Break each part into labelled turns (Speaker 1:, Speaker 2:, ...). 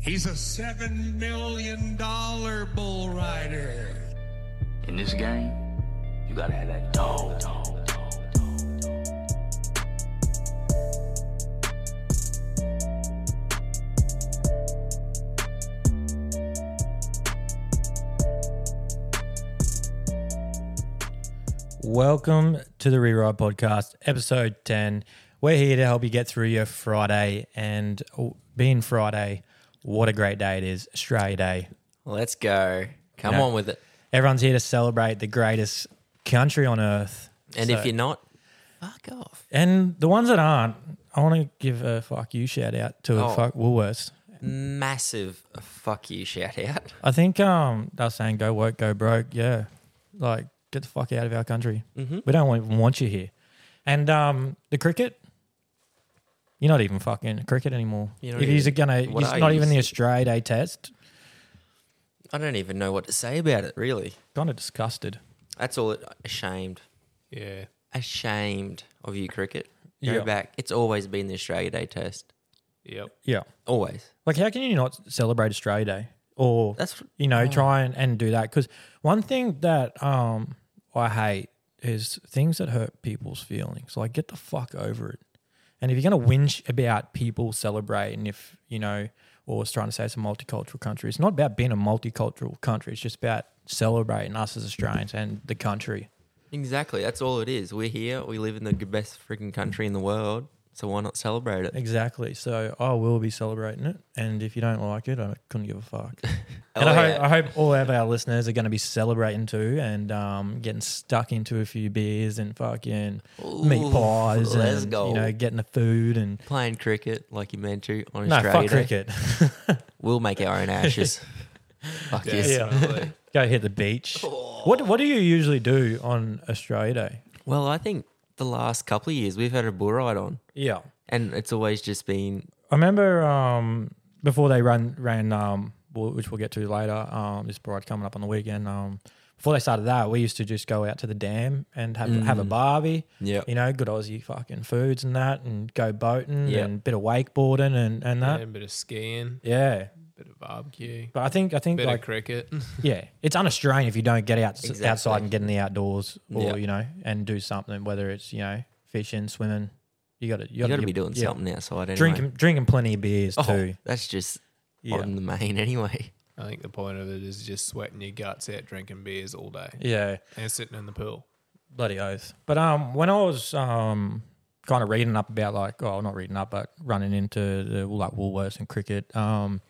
Speaker 1: He's a seven million dollar bull rider.
Speaker 2: In this game, you gotta have that dog.
Speaker 3: Welcome to the Rewrite Podcast, episode 10. We're here to help you get through your Friday, and oh, being Friday, what a great day it is, Australia Day.
Speaker 4: Let's go. Come
Speaker 3: Yeah.
Speaker 4: on with it.
Speaker 3: Everyone's here to celebrate the greatest country on earth.
Speaker 4: And
Speaker 3: So-
Speaker 4: if you're not, fuck off.
Speaker 3: And the ones that aren't, I want to give a fuck you shout out to a
Speaker 4: Oh.
Speaker 3: fuck Woolworths.
Speaker 4: Massive fuck you shout out.
Speaker 3: I think um, they were saying go work, go broke. Yeah, like get the fuck out of our country.
Speaker 4: Mm-hmm.
Speaker 3: We don't even want you here. And um, the cricket, you're not even fucking cricket anymore.
Speaker 4: You're not
Speaker 3: if he's
Speaker 4: even-
Speaker 3: gonna,
Speaker 4: what
Speaker 3: it's
Speaker 4: are
Speaker 3: not
Speaker 4: you?
Speaker 3: even the Australia Day test.
Speaker 4: I don't even know what to say about it, really.
Speaker 3: Kind of disgusted.
Speaker 4: That's all it, ashamed.
Speaker 5: Yeah.
Speaker 4: Ashamed of you, cricket. Go
Speaker 3: Yeah.
Speaker 4: back. It's always been the Australia Day test.
Speaker 5: Yep.
Speaker 3: Yeah,
Speaker 4: Always.
Speaker 3: like how can you not celebrate Australia Day or
Speaker 4: That's
Speaker 3: you know try and, and do that? Because one thing that um I hate is things that hurt people's feelings. Like get the fuck over it. And if you're going to whinge about people celebrating, if, you know, or it's trying to say it's a multicultural country, it's not about being a multicultural country. It's just about celebrating us as Australians and the country.
Speaker 4: exactly. That's all it is. We're here. We live in the g- best freaking country in the world. So why not celebrate it?
Speaker 3: Exactly. So I will be celebrating it. And if you don't like it, I couldn't give a fuck.
Speaker 4: Oh,
Speaker 3: and I,
Speaker 4: yeah.
Speaker 3: hope, I hope all of our listeners are going to be celebrating too and um, getting stuck into a few beers and fucking meat
Speaker 4: Ooh,
Speaker 3: pies
Speaker 4: let's
Speaker 3: and,
Speaker 4: go.
Speaker 3: you know, getting the food and.
Speaker 4: Playing cricket like you meant to on
Speaker 3: No,
Speaker 4: Australia
Speaker 3: fuck
Speaker 4: Day.
Speaker 3: cricket.
Speaker 4: We'll make our own ashes. fuck yes.
Speaker 5: Definitely.
Speaker 3: Go hit the beach. What What do you usually do on Australia Day?
Speaker 4: Well, I think the last couple of years we've had a bull ride on.
Speaker 3: Yeah,
Speaker 4: And it's always just been
Speaker 3: I remember um, before they ran ran um, well, which we'll get to later. Um, this bride coming up on the weekend. Um, before they started that, we used to just go out to the dam and have
Speaker 4: Mm.
Speaker 3: have a barbie.
Speaker 4: Yep.
Speaker 3: you know, good Aussie fucking foods and that, and go boating
Speaker 4: Yep.
Speaker 3: and bit of wakeboarding and and that.
Speaker 5: And a bit of skiing,
Speaker 3: Yeah,
Speaker 5: bit of barbecue,
Speaker 3: but I think I think
Speaker 5: bit
Speaker 3: like
Speaker 5: of cricket.
Speaker 3: Yeah, it's un-Australian if you don't get out
Speaker 4: Exactly.
Speaker 3: outside and get in the outdoors, or
Speaker 4: Yeah.
Speaker 3: you know, and do something. Whether it's you know fishing, swimming, you got to you
Speaker 4: you
Speaker 3: got
Speaker 4: got
Speaker 3: to
Speaker 4: to be doing something outside anyway.
Speaker 3: Drinking drinking plenty of beers
Speaker 4: oh,
Speaker 3: too.
Speaker 4: that's just
Speaker 3: Yeah.
Speaker 4: on the main anyway.
Speaker 5: I think the point of it is just sweating your guts out drinking beers all day
Speaker 3: Yeah,
Speaker 5: and sitting in the pool.
Speaker 3: bloody oath. But um, when I was um kind of reading up about like, oh, not reading up, but running into the like Woolworths and cricket, um,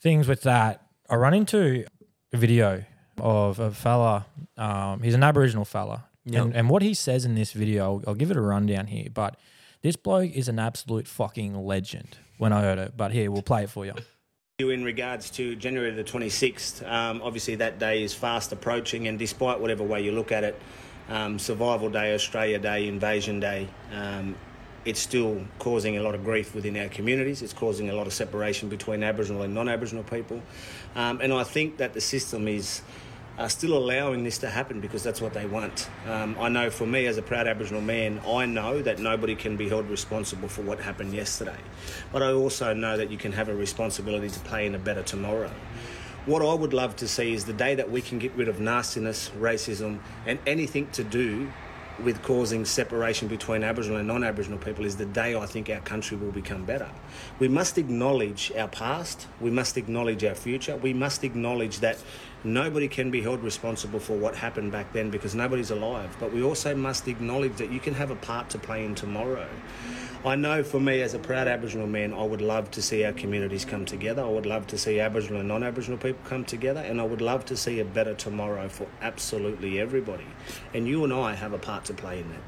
Speaker 3: things with that, I run into a video of a fella. Um, he's an Aboriginal fella, and, and what he says in this video, I'll, I'll give it a rundown here. But this bloke is an absolute fucking legend. When I heard it, but here we'll play it for you.
Speaker 6: You in regards to January the 26th, um, obviously that day is fast approaching, and despite whatever way you look at it, um, Survival Day, Australia Day, Invasion Day, um, it's still causing a lot of grief within our communities. It's causing a lot of separation between Aboriginal and non Aboriginal people. Um, and I think that the system is are still allowing this to happen because that's what they want. Um, I know for me, as a proud Aboriginal man, I know that nobody can be held responsible for what happened yesterday. But I also know that you can have a responsibility to play in a better tomorrow. What I would love to see is the day that we can get rid of nastiness, racism, and anything to do with causing separation between Aboriginal and non Aboriginal people is the day I think our country will become better. We must acknowledge our past, we must acknowledge our future, we must acknowledge that nobody can be held responsible for what happened back then because nobody's alive. But we also must acknowledge that you can have a part to play in tomorrow. I know for me, as a proud Aboriginal man, I would love to see our communities come together. I would love to see Aboriginal and non Aboriginal people come together, and I would love to see a better tomorrow for absolutely everybody. And you and I have a part to play in that.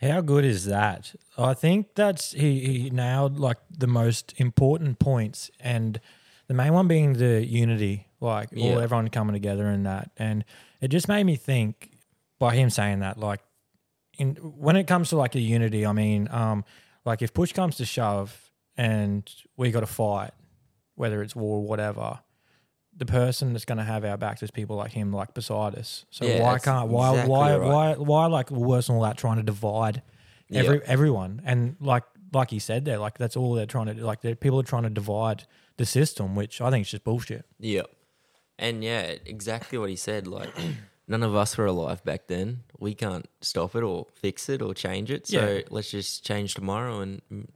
Speaker 3: How good is that? I think that's he, he nailed like the most important points, and the main one being the unity, like all
Speaker 4: Yeah.
Speaker 3: everyone coming together and that. And it just made me think by him saying that, like, in when it comes to like a unity, I mean, um, like if push comes to shove and we got to fight, whether it's war or whatever. The person that's going to have our backs is people like him, like beside us. So
Speaker 4: Yeah,
Speaker 3: why
Speaker 4: that's
Speaker 3: can't why
Speaker 4: exactly
Speaker 3: why
Speaker 4: right.
Speaker 3: why why like worse than all that trying to divide every everyone and like like you said there, like that's all they're trying to do. Like they're- people are trying to divide the system, which I think is just bullshit.
Speaker 4: Yeah. And yeah, exactly what he said. Like, none of us were alive back then. We can't stop it or fix it or change it. So
Speaker 3: Yeah.
Speaker 4: let's just change tomorrow and mm,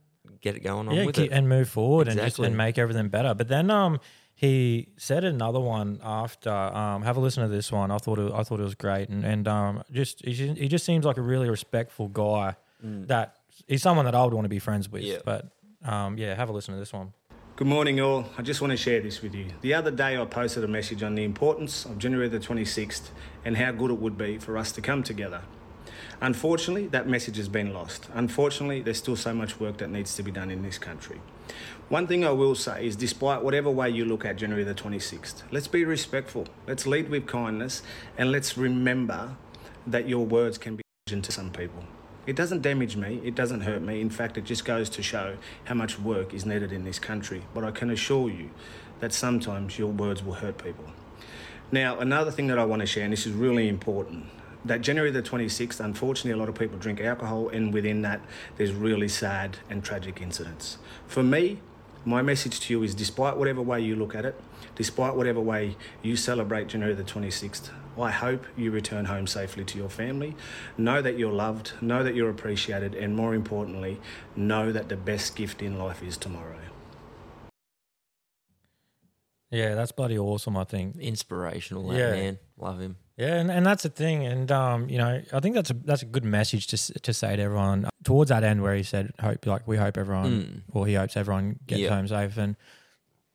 Speaker 4: get it going on
Speaker 3: yeah,
Speaker 4: with
Speaker 3: keep-
Speaker 4: it.
Speaker 3: and move forward and just
Speaker 4: Exactly.
Speaker 3: and make everything better. But then um, he said another one after. Um, have a listen to this one. I thought it, I thought it was great, and and um, just he, just- he just seems like a really respectful guy. That he's someone that I would want to be friends with.
Speaker 4: Mm. Yeah.
Speaker 3: But um, yeah, have a listen to this one.
Speaker 6: Good morning, all. I just want to share this with you. The other day, I posted a message on the importance of January the 26th and how good it would be for us to come together. Unfortunately, that message has been lost. Unfortunately, there's still so much work that needs to be done in this country. One thing I will say is, despite whatever way you look at January the 26th, let's be respectful, let's lead with kindness, and let's remember that your words can be to some people. It doesn't damage me, it doesn't hurt me. In fact, it just goes to show how much work is needed in this country. But I can assure you that sometimes your words will hurt people. Now, another thing that I want to share, and this is really important, that January the 26th, unfortunately, a lot of people drink alcohol, and within that, there's really sad and tragic incidents. For me, my message to you is despite whatever way you look at it, despite whatever way you celebrate January the 26th, I hope you return home safely to your family. Know that you're loved, know that you're appreciated, and more importantly, know that the best gift in life is tomorrow.
Speaker 3: Yeah, that's bloody awesome. I think.
Speaker 4: Inspirational, that
Speaker 3: Yeah.
Speaker 4: man. Love him.
Speaker 3: Yeah, and, and that's the thing, and um, you know, I think that's a that's a good message to s- to say to everyone uh, towards that end where he said, "Hope like we hope everyone, or he hopes everyone gets
Speaker 4: Mm. Yeah.
Speaker 3: home safe." And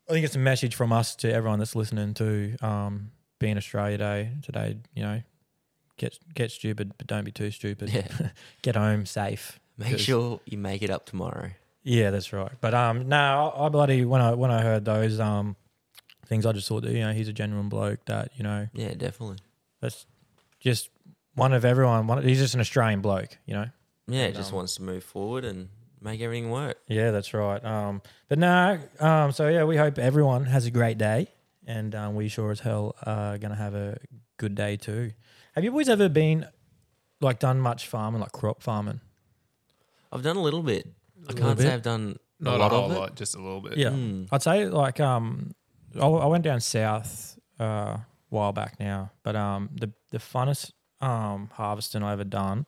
Speaker 3: I think it's a message from us to everyone that's listening to um, being Australia Day today. You know, get get stupid, but don't be too stupid.
Speaker 4: Yeah.
Speaker 3: get home safe.
Speaker 4: Make
Speaker 3: 'Cause-
Speaker 4: sure you make it up tomorrow.
Speaker 3: yeah, that's right. But um, no, I, I bloody when I when I heard those um things, I just thought that you know he's a genuine bloke that you know
Speaker 4: Yeah, definitely.
Speaker 3: that's just one of everyone. One, he's just an Australian bloke, you know.
Speaker 4: Yeah, just wants to move forward and make everything work.
Speaker 3: Yeah, that's right. Um, but no, um, so yeah, we hope everyone has a great day, and um, we sure as hell are gonna have a good day too. Have you boys ever been like done much farming, like crop farming?
Speaker 4: I've done a little bit. I can't say
Speaker 3: bit?
Speaker 4: I've done
Speaker 5: Not
Speaker 4: a
Speaker 5: a,
Speaker 4: lot
Speaker 5: whole
Speaker 4: of it.
Speaker 5: lot, just a little bit.
Speaker 3: Yeah,
Speaker 4: Hmm.
Speaker 3: I'd say like um, I, I went down south uh, a while back now, but um, the the funnest um harvesting I ever done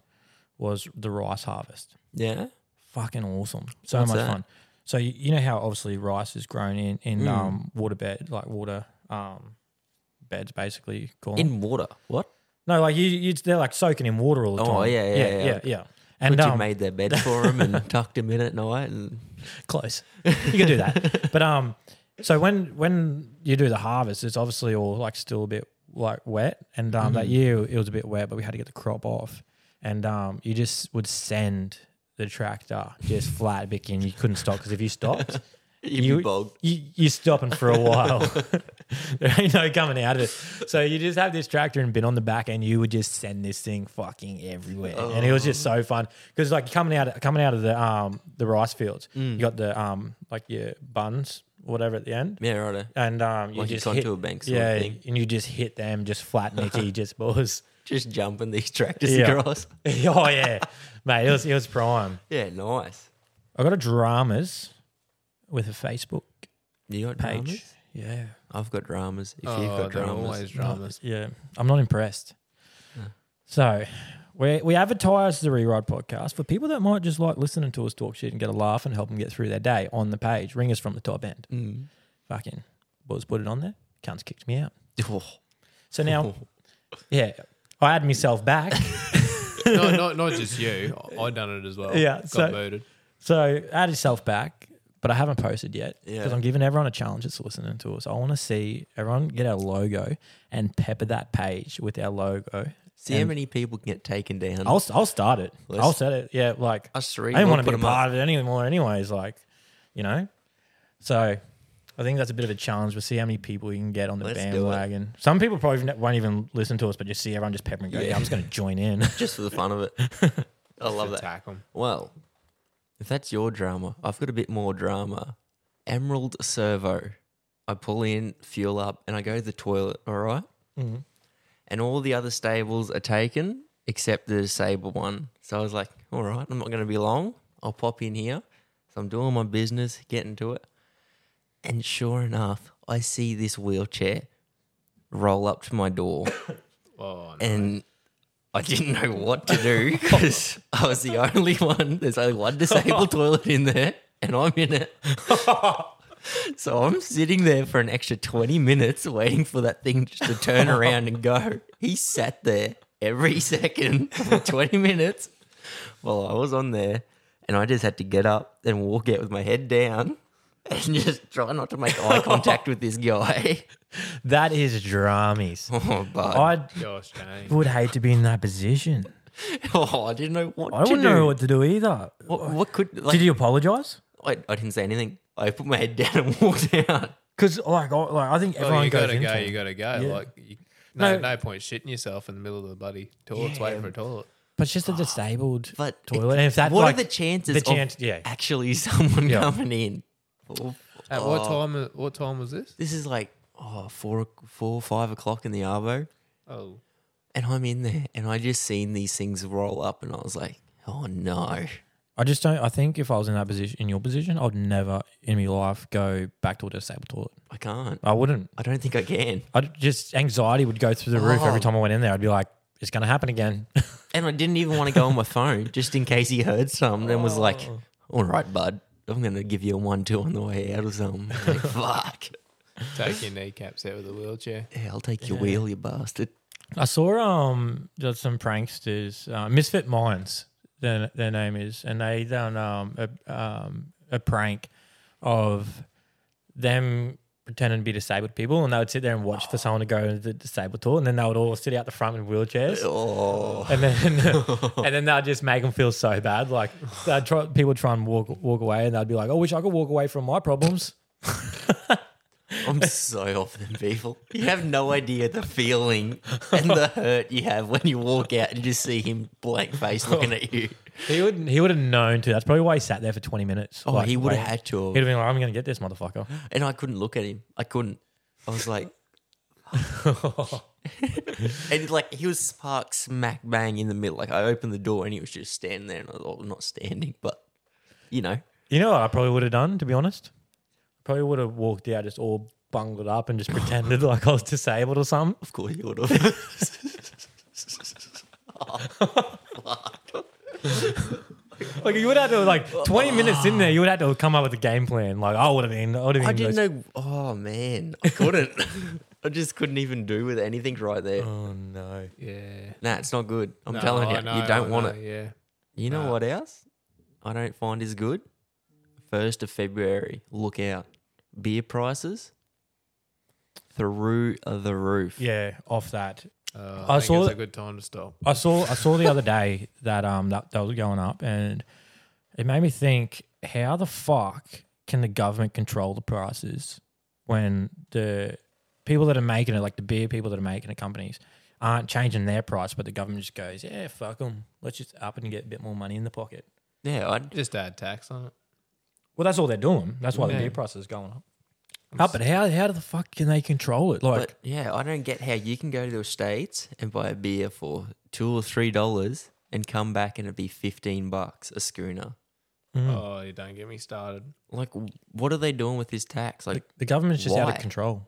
Speaker 3: was the rice harvest.
Speaker 4: Yeah.
Speaker 3: fucking awesome. So
Speaker 4: What's
Speaker 3: much
Speaker 4: that? Mm.
Speaker 3: fun. So you, you know how obviously rice is grown in in um, water bed, like water um, beds, basically. Call 'em.
Speaker 4: In water. What?
Speaker 3: no, like you, you, they're like soaking in water all the time.
Speaker 4: Oh, yeah, yeah,
Speaker 3: yeah,
Speaker 4: yeah.
Speaker 3: yeah. yeah.
Speaker 4: And
Speaker 3: And um,
Speaker 4: you made their bed for them and tucked him in at night and
Speaker 3: close. You can do that. But um, so when when you do the harvest, it's obviously all like still a bit like wet. And um,
Speaker 4: Mm.
Speaker 3: that year it was a bit wet, but we had to get the crop off. And um, you just would send the tractor just flat back in. You couldn't stop because if you stopped,
Speaker 4: You'd be bogged.
Speaker 3: You, you're stopping for a while. there ain't no coming out of it. So you just have this tractor and bin on the back, and you would just send this thing fucking everywhere. And it was just so fun because like coming out coming out of the um the rice fields,
Speaker 4: Mm.
Speaker 3: you got the um like your buns whatever at the end.
Speaker 4: Yeah, righto.
Speaker 3: And um, you
Speaker 4: Like your
Speaker 3: just hit,
Speaker 4: contour banks sort of
Speaker 3: yeah,
Speaker 4: thing.
Speaker 3: and you just hit them, just flat Nicky, just balls.
Speaker 4: Just jumping these tractors
Speaker 3: Yeah.
Speaker 4: across.
Speaker 3: oh yeah, mate, it was it was prime.
Speaker 4: Yeah, nice.
Speaker 3: I got a dramas with a Facebook
Speaker 4: You got
Speaker 3: page.
Speaker 4: dramas?
Speaker 3: Yeah,
Speaker 4: I've got dramas. If you've
Speaker 5: Oh,
Speaker 4: got
Speaker 5: they're
Speaker 4: dramas.
Speaker 5: always dramas.
Speaker 3: Yeah, I'm not impressed. So we we advertise the Reride podcast for people that might just like listening to us talk shit and get a laugh and help them get through their day on the page. Ring us from the top end.
Speaker 4: Hmm.
Speaker 3: Fucking boys put it on there. Cunts kicked me out.
Speaker 4: Oh,
Speaker 3: So now, yeah, I add myself back.
Speaker 5: no, not, not just you. I done it as well.
Speaker 3: Yeah,
Speaker 5: Got
Speaker 3: so-
Speaker 5: voted.
Speaker 3: so add yourself back, but I haven't posted yet because
Speaker 4: Yeah.
Speaker 3: I'm giving everyone a challenge that's listening to us. I want to see everyone get our logo and pepper that page with our logo.
Speaker 4: see how many people can get taken down.
Speaker 3: I'll I'll start it.
Speaker 4: Let's-
Speaker 3: I'll set it. Yeah, like
Speaker 4: Us three,
Speaker 3: I didn't
Speaker 4: we'll
Speaker 3: want to
Speaker 4: put
Speaker 3: be a
Speaker 4: 'em up.
Speaker 3: part of it anymore. Anyways, like you know, so I think that's a bit of a challenge. We'll see how many people you can get on the
Speaker 4: Let's do it.
Speaker 3: bandwagon. Some people probably ne- won't even listen to us, but just see everyone just pepper and go, "Yeah, I'm just going to join in."
Speaker 4: just for the fun of it. I love that.
Speaker 5: Attack 'em.
Speaker 4: Well, if that's your drama, I've got a bit more drama. Emerald Servo. I pull in, fuel up, and I go to the toilet, all right?
Speaker 5: Mm-hmm.
Speaker 4: And all the other stables are taken except the disabled one. So I was like, all right, I'm not going to be long. I'll pop in here. So I'm doing my business, getting to it. And sure enough, I see this wheelchair roll up to my door.
Speaker 5: Oh, no.
Speaker 4: And I didn't know what to do because I was the only one. There's only one disabled toilet in there, and I'm in it. so I'm sitting there for an extra 20 minutes waiting for that thing just to turn around and go. He sat there every second for 20 minutes while I was on there, and I just had to get up and walk out with my head down and just try not to make eye contact with this guy.
Speaker 3: That is dramies.
Speaker 4: Oh, but
Speaker 3: I
Speaker 5: Gosh, Jane.
Speaker 3: would hate to be in that position.
Speaker 4: oh, I didn't know what
Speaker 3: I
Speaker 4: to
Speaker 3: wouldn't
Speaker 4: do.
Speaker 3: know what to do either.
Speaker 4: What, what could like,
Speaker 3: Did you apologize?
Speaker 4: I, I didn't say anything. I put my head down and walked out.
Speaker 3: Because like, I- like I think
Speaker 4: Oh,
Speaker 3: everyone
Speaker 5: Well, Oh, you
Speaker 3: goes
Speaker 5: gotta
Speaker 3: into
Speaker 5: go.
Speaker 3: it.
Speaker 5: You gotta go.
Speaker 3: Yeah.
Speaker 5: Like, you, no,
Speaker 3: No.
Speaker 5: no, point shitting yourself in the middle of the bloody toilet, waiting for a toilet.
Speaker 3: but it's just a disabled
Speaker 4: But
Speaker 3: toilet. And if that,
Speaker 4: what
Speaker 3: like,
Speaker 4: are the chances?
Speaker 3: The chance,
Speaker 4: of
Speaker 3: yeah.
Speaker 4: actually someone
Speaker 3: Yeah.
Speaker 4: coming in. Oh,
Speaker 5: At
Speaker 4: oh.
Speaker 5: what time? uh, What time was this?
Speaker 4: This is like oh four o- four five o'clock in the arvo,
Speaker 5: Oh,
Speaker 4: and I'm in there, and I just seen these things roll up, and I was like, oh no.
Speaker 3: I just don't. I think if I was in that position, in your position, I'd never in my life go back to a disabled toilet.
Speaker 4: I can't.
Speaker 3: I wouldn't.
Speaker 4: I don't think I can.
Speaker 3: I just anxiety would go through the roof every
Speaker 4: Oh.
Speaker 3: time I went in there. I'd be like, it's going to happen again.
Speaker 4: And I didn't even want to go on my phone just in case he heard something and was like,
Speaker 3: Oh.
Speaker 4: all right, bud, I'm going to give you a one two on the way out or something. I'm like, fuck.
Speaker 5: take your kneecaps out with the wheelchair.
Speaker 4: Yeah, I'll take your wheel, you bastard.
Speaker 3: I saw um just some pranksters, uh, Misfit Minds, their, their name is, and they done um a, um a prank of them pretending to be disabled people, and they would sit there and watch for someone to go to the disabled toilet, and then they would all sit out the front in wheelchairs.
Speaker 4: Oh,
Speaker 3: And then, and then they'd just make them feel so bad. Like they'd try, people would try and walk walk away, and they'd be like, "I wish I could walk away from my problems."
Speaker 4: I'm so off them people. You have no idea the feeling and the hurt you have when you walk out and just see him blank face looking at you.
Speaker 3: He wouldn't. He would have known to. That's probably why he sat there for twenty minutes.
Speaker 4: Oh, he would have had to. have.
Speaker 3: He'd have been like, "I'm going to get this motherfucker."
Speaker 4: And I couldn't look at him. I couldn't. I was like, and like he was spark smack bang in the middle. Like I opened the door and he was just standing there, and I was oh, not standing, but you know,
Speaker 3: You know what I probably would have done, to be honest? Probably would have walked out just all bungled up and just pretended like I was disabled or something.
Speaker 4: of course he would have.
Speaker 3: Like you would have to like twenty minutes in there, you would have to come up with a game plan. Like I would have been, I would have been.
Speaker 4: I didn't
Speaker 3: like,
Speaker 4: know. Oh man, I couldn't. I just couldn't even do with anything right there.
Speaker 3: Oh no!
Speaker 5: Yeah.
Speaker 4: Nah, it's not good. I'm telling you, you don't want it.
Speaker 5: Yeah.
Speaker 4: You know what else? I don't find is good. First of February, look out. Beer prices through the roof.
Speaker 3: Yeah, off that.
Speaker 5: Uh,
Speaker 3: I saw
Speaker 5: I, saw it's
Speaker 3: that-
Speaker 5: a good time to stop.
Speaker 3: I saw I saw the other day that um that, that was going up, and it made me think: How the fuck can the government control the prices when the people that are making it, like the beer people that are making it, companies aren't changing their price, but the government just goes, "Yeah, fuck them. Let's just up and get a bit more money in the pocket."
Speaker 4: Yeah, I'd,
Speaker 5: Just add tax on it.
Speaker 3: Well, that's all they're doing. That's why the
Speaker 5: Yeah.
Speaker 3: beer price is going up. Up, but how how the fuck can they control it? Like,
Speaker 4: but yeah, I don't get how you can go to the states and buy a beer for two or three dollars and come back and it'd be fifteen bucks a schooner.
Speaker 3: mm,
Speaker 4: Hmm.
Speaker 5: Oh, you don't get me started.
Speaker 4: Like, what are they doing with this tax? Like,
Speaker 3: the government's just out of
Speaker 4: why?
Speaker 3: control.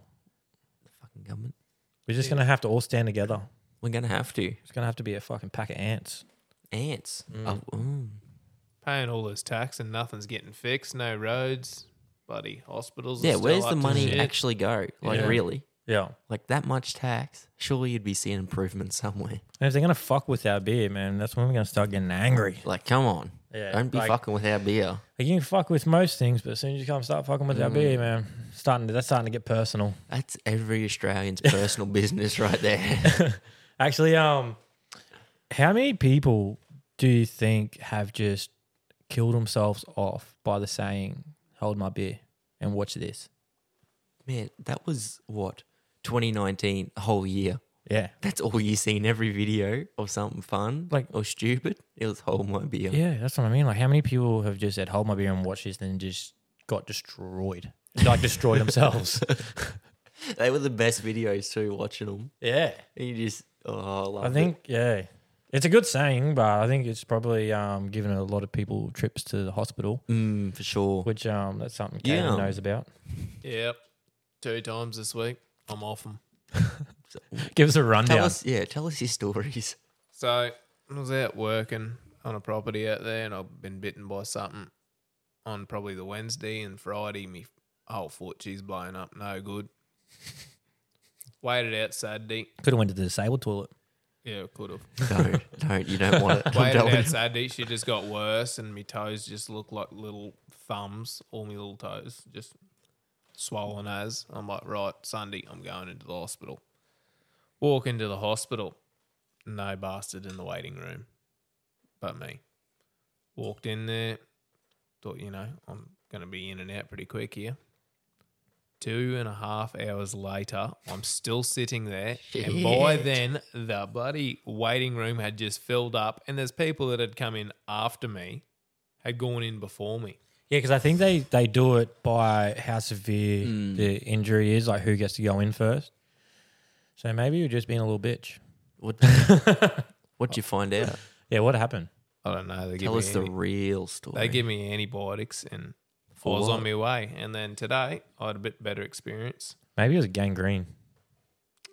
Speaker 4: fucking government.
Speaker 3: We're just gonna have to all stand together.
Speaker 4: We're gonna have to
Speaker 3: It's gonna have to be a fucking pack of ants.
Speaker 4: ants. Oh, mm.
Speaker 5: Paying all this tax and nothing's getting fixed. No roads, buddy. Hospitals. are
Speaker 4: Yeah,
Speaker 5: still
Speaker 4: where's the
Speaker 5: up to
Speaker 4: money
Speaker 5: shit.
Speaker 4: actually go? Like,
Speaker 3: Yeah.
Speaker 4: really?
Speaker 3: Yeah.
Speaker 4: Like that much tax? Surely you'd be seeing improvement somewhere.
Speaker 3: And if they're gonna fuck with our beer, man, that's when we're gonna start getting angry.
Speaker 4: Like, come on.
Speaker 3: Yeah,
Speaker 4: Don't be
Speaker 3: like-
Speaker 4: fucking with our beer.
Speaker 3: Like you can fuck with most things, but as soon as you come start fucking with our beer, man, starting to, that's starting to get personal.
Speaker 4: That's every Australian's personal business right there.
Speaker 3: Actually, um, how many people do you think have just killed themselves off by the saying "Hold my beer and watch this"?
Speaker 4: Man, that was what? 2019, a whole year.
Speaker 3: Yeah,
Speaker 4: That's all you see in every video of something fun
Speaker 3: Like-
Speaker 4: or stupid. It was hold my beer.
Speaker 3: yeah, that's what I mean. Like, how many people have just said "Hold my beer and watch this" and just got destroyed, like destroyed themselves?
Speaker 4: They were the best videos too, watching them.
Speaker 3: yeah,
Speaker 4: And you just, oh, I
Speaker 3: I
Speaker 4: loved it.
Speaker 3: think yeah. It's a good saying, but I think it's probably um, given a lot of people trips to the hospital,
Speaker 4: Mm, for sure.
Speaker 3: which um, that's something Caden
Speaker 4: Yeah.
Speaker 3: knows about.
Speaker 5: Yep. Two times this week. I'm off them.
Speaker 3: Give us a
Speaker 4: Tell
Speaker 3: rundown.
Speaker 4: us, yeah, tell us your stories.
Speaker 5: So I was out working on a property out there, and I've been bitten by something on probably the Wednesday and Friday. Me whole foot, she's blown up, no good. Waited out Saturday.
Speaker 3: Could have went to the disabled toilet.
Speaker 5: Yeah, could have.
Speaker 4: No, don't. You don't want it. I'm
Speaker 5: Waited
Speaker 4: telling you.
Speaker 5: out Saturday. She just got worse, and my toes just look like little thumbs. All my little toes just swollen as. I'm like, right, Sunday, I'm going into the hospital. Walk into the hospital. No bastard in the waiting room, but me. Walked in there. Thought, you know, I'm gonna be in and out pretty quick here. Two and a half hours later, I'm still sitting there. And by then, the bloody waiting room had just filled up. And there's people that had come in after me, had gone in before me.
Speaker 3: Yeah, because I think they, they do it by how severe
Speaker 4: Mm.
Speaker 3: the injury is, like who gets to go in first. So maybe you're just being a little bitch.
Speaker 4: What, what'd you find out?
Speaker 3: Yeah, what happened?
Speaker 5: I don't know. They give
Speaker 4: Tell
Speaker 5: me
Speaker 4: us the
Speaker 5: any-
Speaker 4: real story.
Speaker 5: they give me antibiotics and I was
Speaker 4: what?
Speaker 5: on my way. And then today, I had a bit better experience.
Speaker 3: Maybe it was gangrene.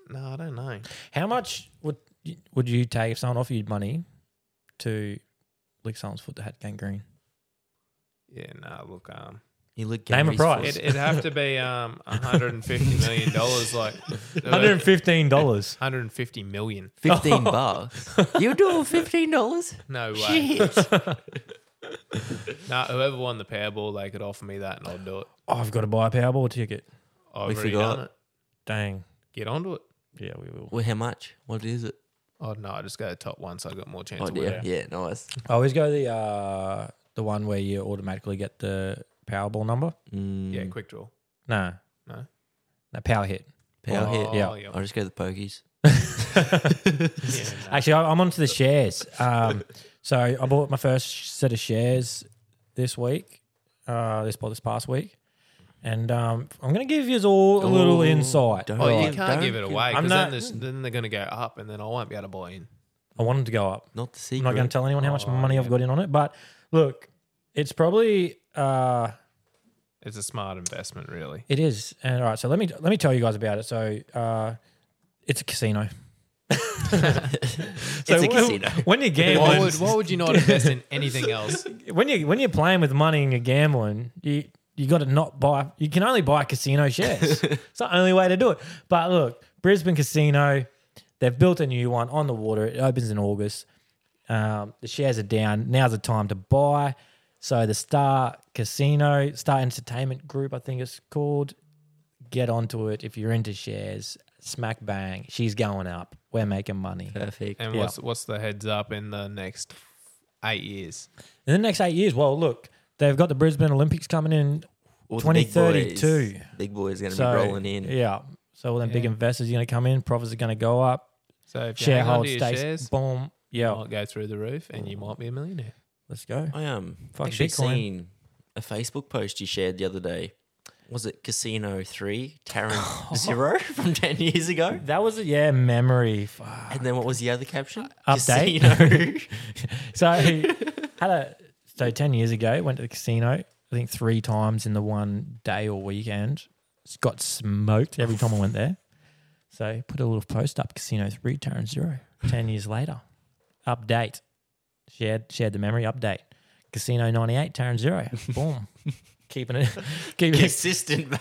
Speaker 5: No, I don't know.
Speaker 3: How much would y- would you take if someone offered you money to lick someone's foot that had gangrene?
Speaker 5: Yeah, no, look, um,
Speaker 4: you look
Speaker 3: Name a
Speaker 4: Gary's
Speaker 3: price.
Speaker 5: it,
Speaker 4: voice.
Speaker 5: it'd have to be um, $150 million. Like,
Speaker 3: fifteen dollars.
Speaker 5: 150 million.
Speaker 4: Fifteen
Speaker 3: Oh.
Speaker 4: bucks. You're doing fifteen dollars?
Speaker 5: No way.
Speaker 4: Shit.
Speaker 5: No, whoever won the Powerball, they could offer me that and I'll do it.
Speaker 3: Oh, I've got to buy a Powerball ticket.
Speaker 5: I've
Speaker 4: We
Speaker 5: already
Speaker 4: forgot.
Speaker 5: done it.
Speaker 3: Dang.
Speaker 5: Get onto it.
Speaker 3: Yeah, we will.
Speaker 4: Well, how much? What is it?
Speaker 5: Oh no, I just got the top one, so I got more chance.
Speaker 4: Oh
Speaker 5: of winning.
Speaker 4: dear. Yeah, nice.
Speaker 3: I always Oh, go the uh, the one where you automatically get the Powerball number.
Speaker 4: Mm,
Speaker 5: Yeah, quick draw.
Speaker 3: No,
Speaker 5: No.
Speaker 3: no power hit.
Speaker 4: Power hit.
Speaker 5: Oh,
Speaker 3: yeah.
Speaker 5: yeah.
Speaker 4: I'll just go to the pokies.
Speaker 5: Yeah, no.
Speaker 3: Actually, I- I'm onto the shares. Um, so I bought my first set of shares this week, uh, this this past week, and um, I'm going to give you all a little
Speaker 4: Ooh,
Speaker 3: insight.
Speaker 4: don't-
Speaker 5: Oh, you
Speaker 4: Alright.
Speaker 5: can't
Speaker 4: Don't
Speaker 5: give it
Speaker 4: give-
Speaker 5: away
Speaker 3: I'm
Speaker 5: because
Speaker 3: not-
Speaker 5: then, this- then they're going to go up, and then I won't be able to buy in.
Speaker 3: I want them to go up.
Speaker 4: Not the
Speaker 3: I'm
Speaker 4: secret.
Speaker 3: not going to tell anyone how much money I've got in on it, but look, it's probably uh,
Speaker 5: It's a smart investment, really.
Speaker 3: it is. And all right, so let me let me tell you guys about it. So uh, it's a casino.
Speaker 4: it's
Speaker 3: So
Speaker 4: a
Speaker 3: when-
Speaker 4: casino.
Speaker 3: When you're
Speaker 5: Why
Speaker 3: gambling,
Speaker 5: would, why would you not invest in anything else?
Speaker 3: when you when you're playing with money and you're gambling, you you got to not buy. You can only buy casino shares. it's the only way to do it. But look, Brisbane Casino, they've built a new one on the water. It opens in August. Um, the shares are down. Now's the time to buy. So the Star Casino, Star Entertainment Group, I think it's called. Get onto it if you're into shares. Smack bang, she's going up. We're making money.
Speaker 4: Perfect.
Speaker 5: And
Speaker 3: Yeah.
Speaker 5: what's what's the heads up in the next eight years?
Speaker 3: In the next eight years, well, look, they've got the Brisbane Olympics coming in
Speaker 4: All the big
Speaker 3: 2032.
Speaker 4: boys- Big boys are going to be rolling in.
Speaker 3: Yeah. So all them big investors are going to come in, profits are going to go up,
Speaker 5: So if you hang on to
Speaker 3: shareholders
Speaker 5: your
Speaker 3: stays
Speaker 5: shares,
Speaker 3: boom.
Speaker 5: you
Speaker 3: Yeah,
Speaker 5: might go through the roof, and you might be a millionaire.
Speaker 3: let's go.
Speaker 4: I um
Speaker 3: Fuck
Speaker 4: actually
Speaker 3: Bitcoin.
Speaker 4: seen a Facebook post you shared the other day. Was it Casino Three, Taran Zero from ten years ago?
Speaker 3: That was a yeah memory. Fuck.
Speaker 4: And then what was the other caption?
Speaker 3: Update.
Speaker 4: Casino.
Speaker 3: So had a so ten years ago went to the casino. I think three times in the one day or weekend. It's got smoked every time I went there. So put a little post up. Casino three, Terran zero. Ten years later, update. Shared shared the memory update. Casino ninety eight, Terran zero. Boom. keeping it keeping it
Speaker 4: Consistent,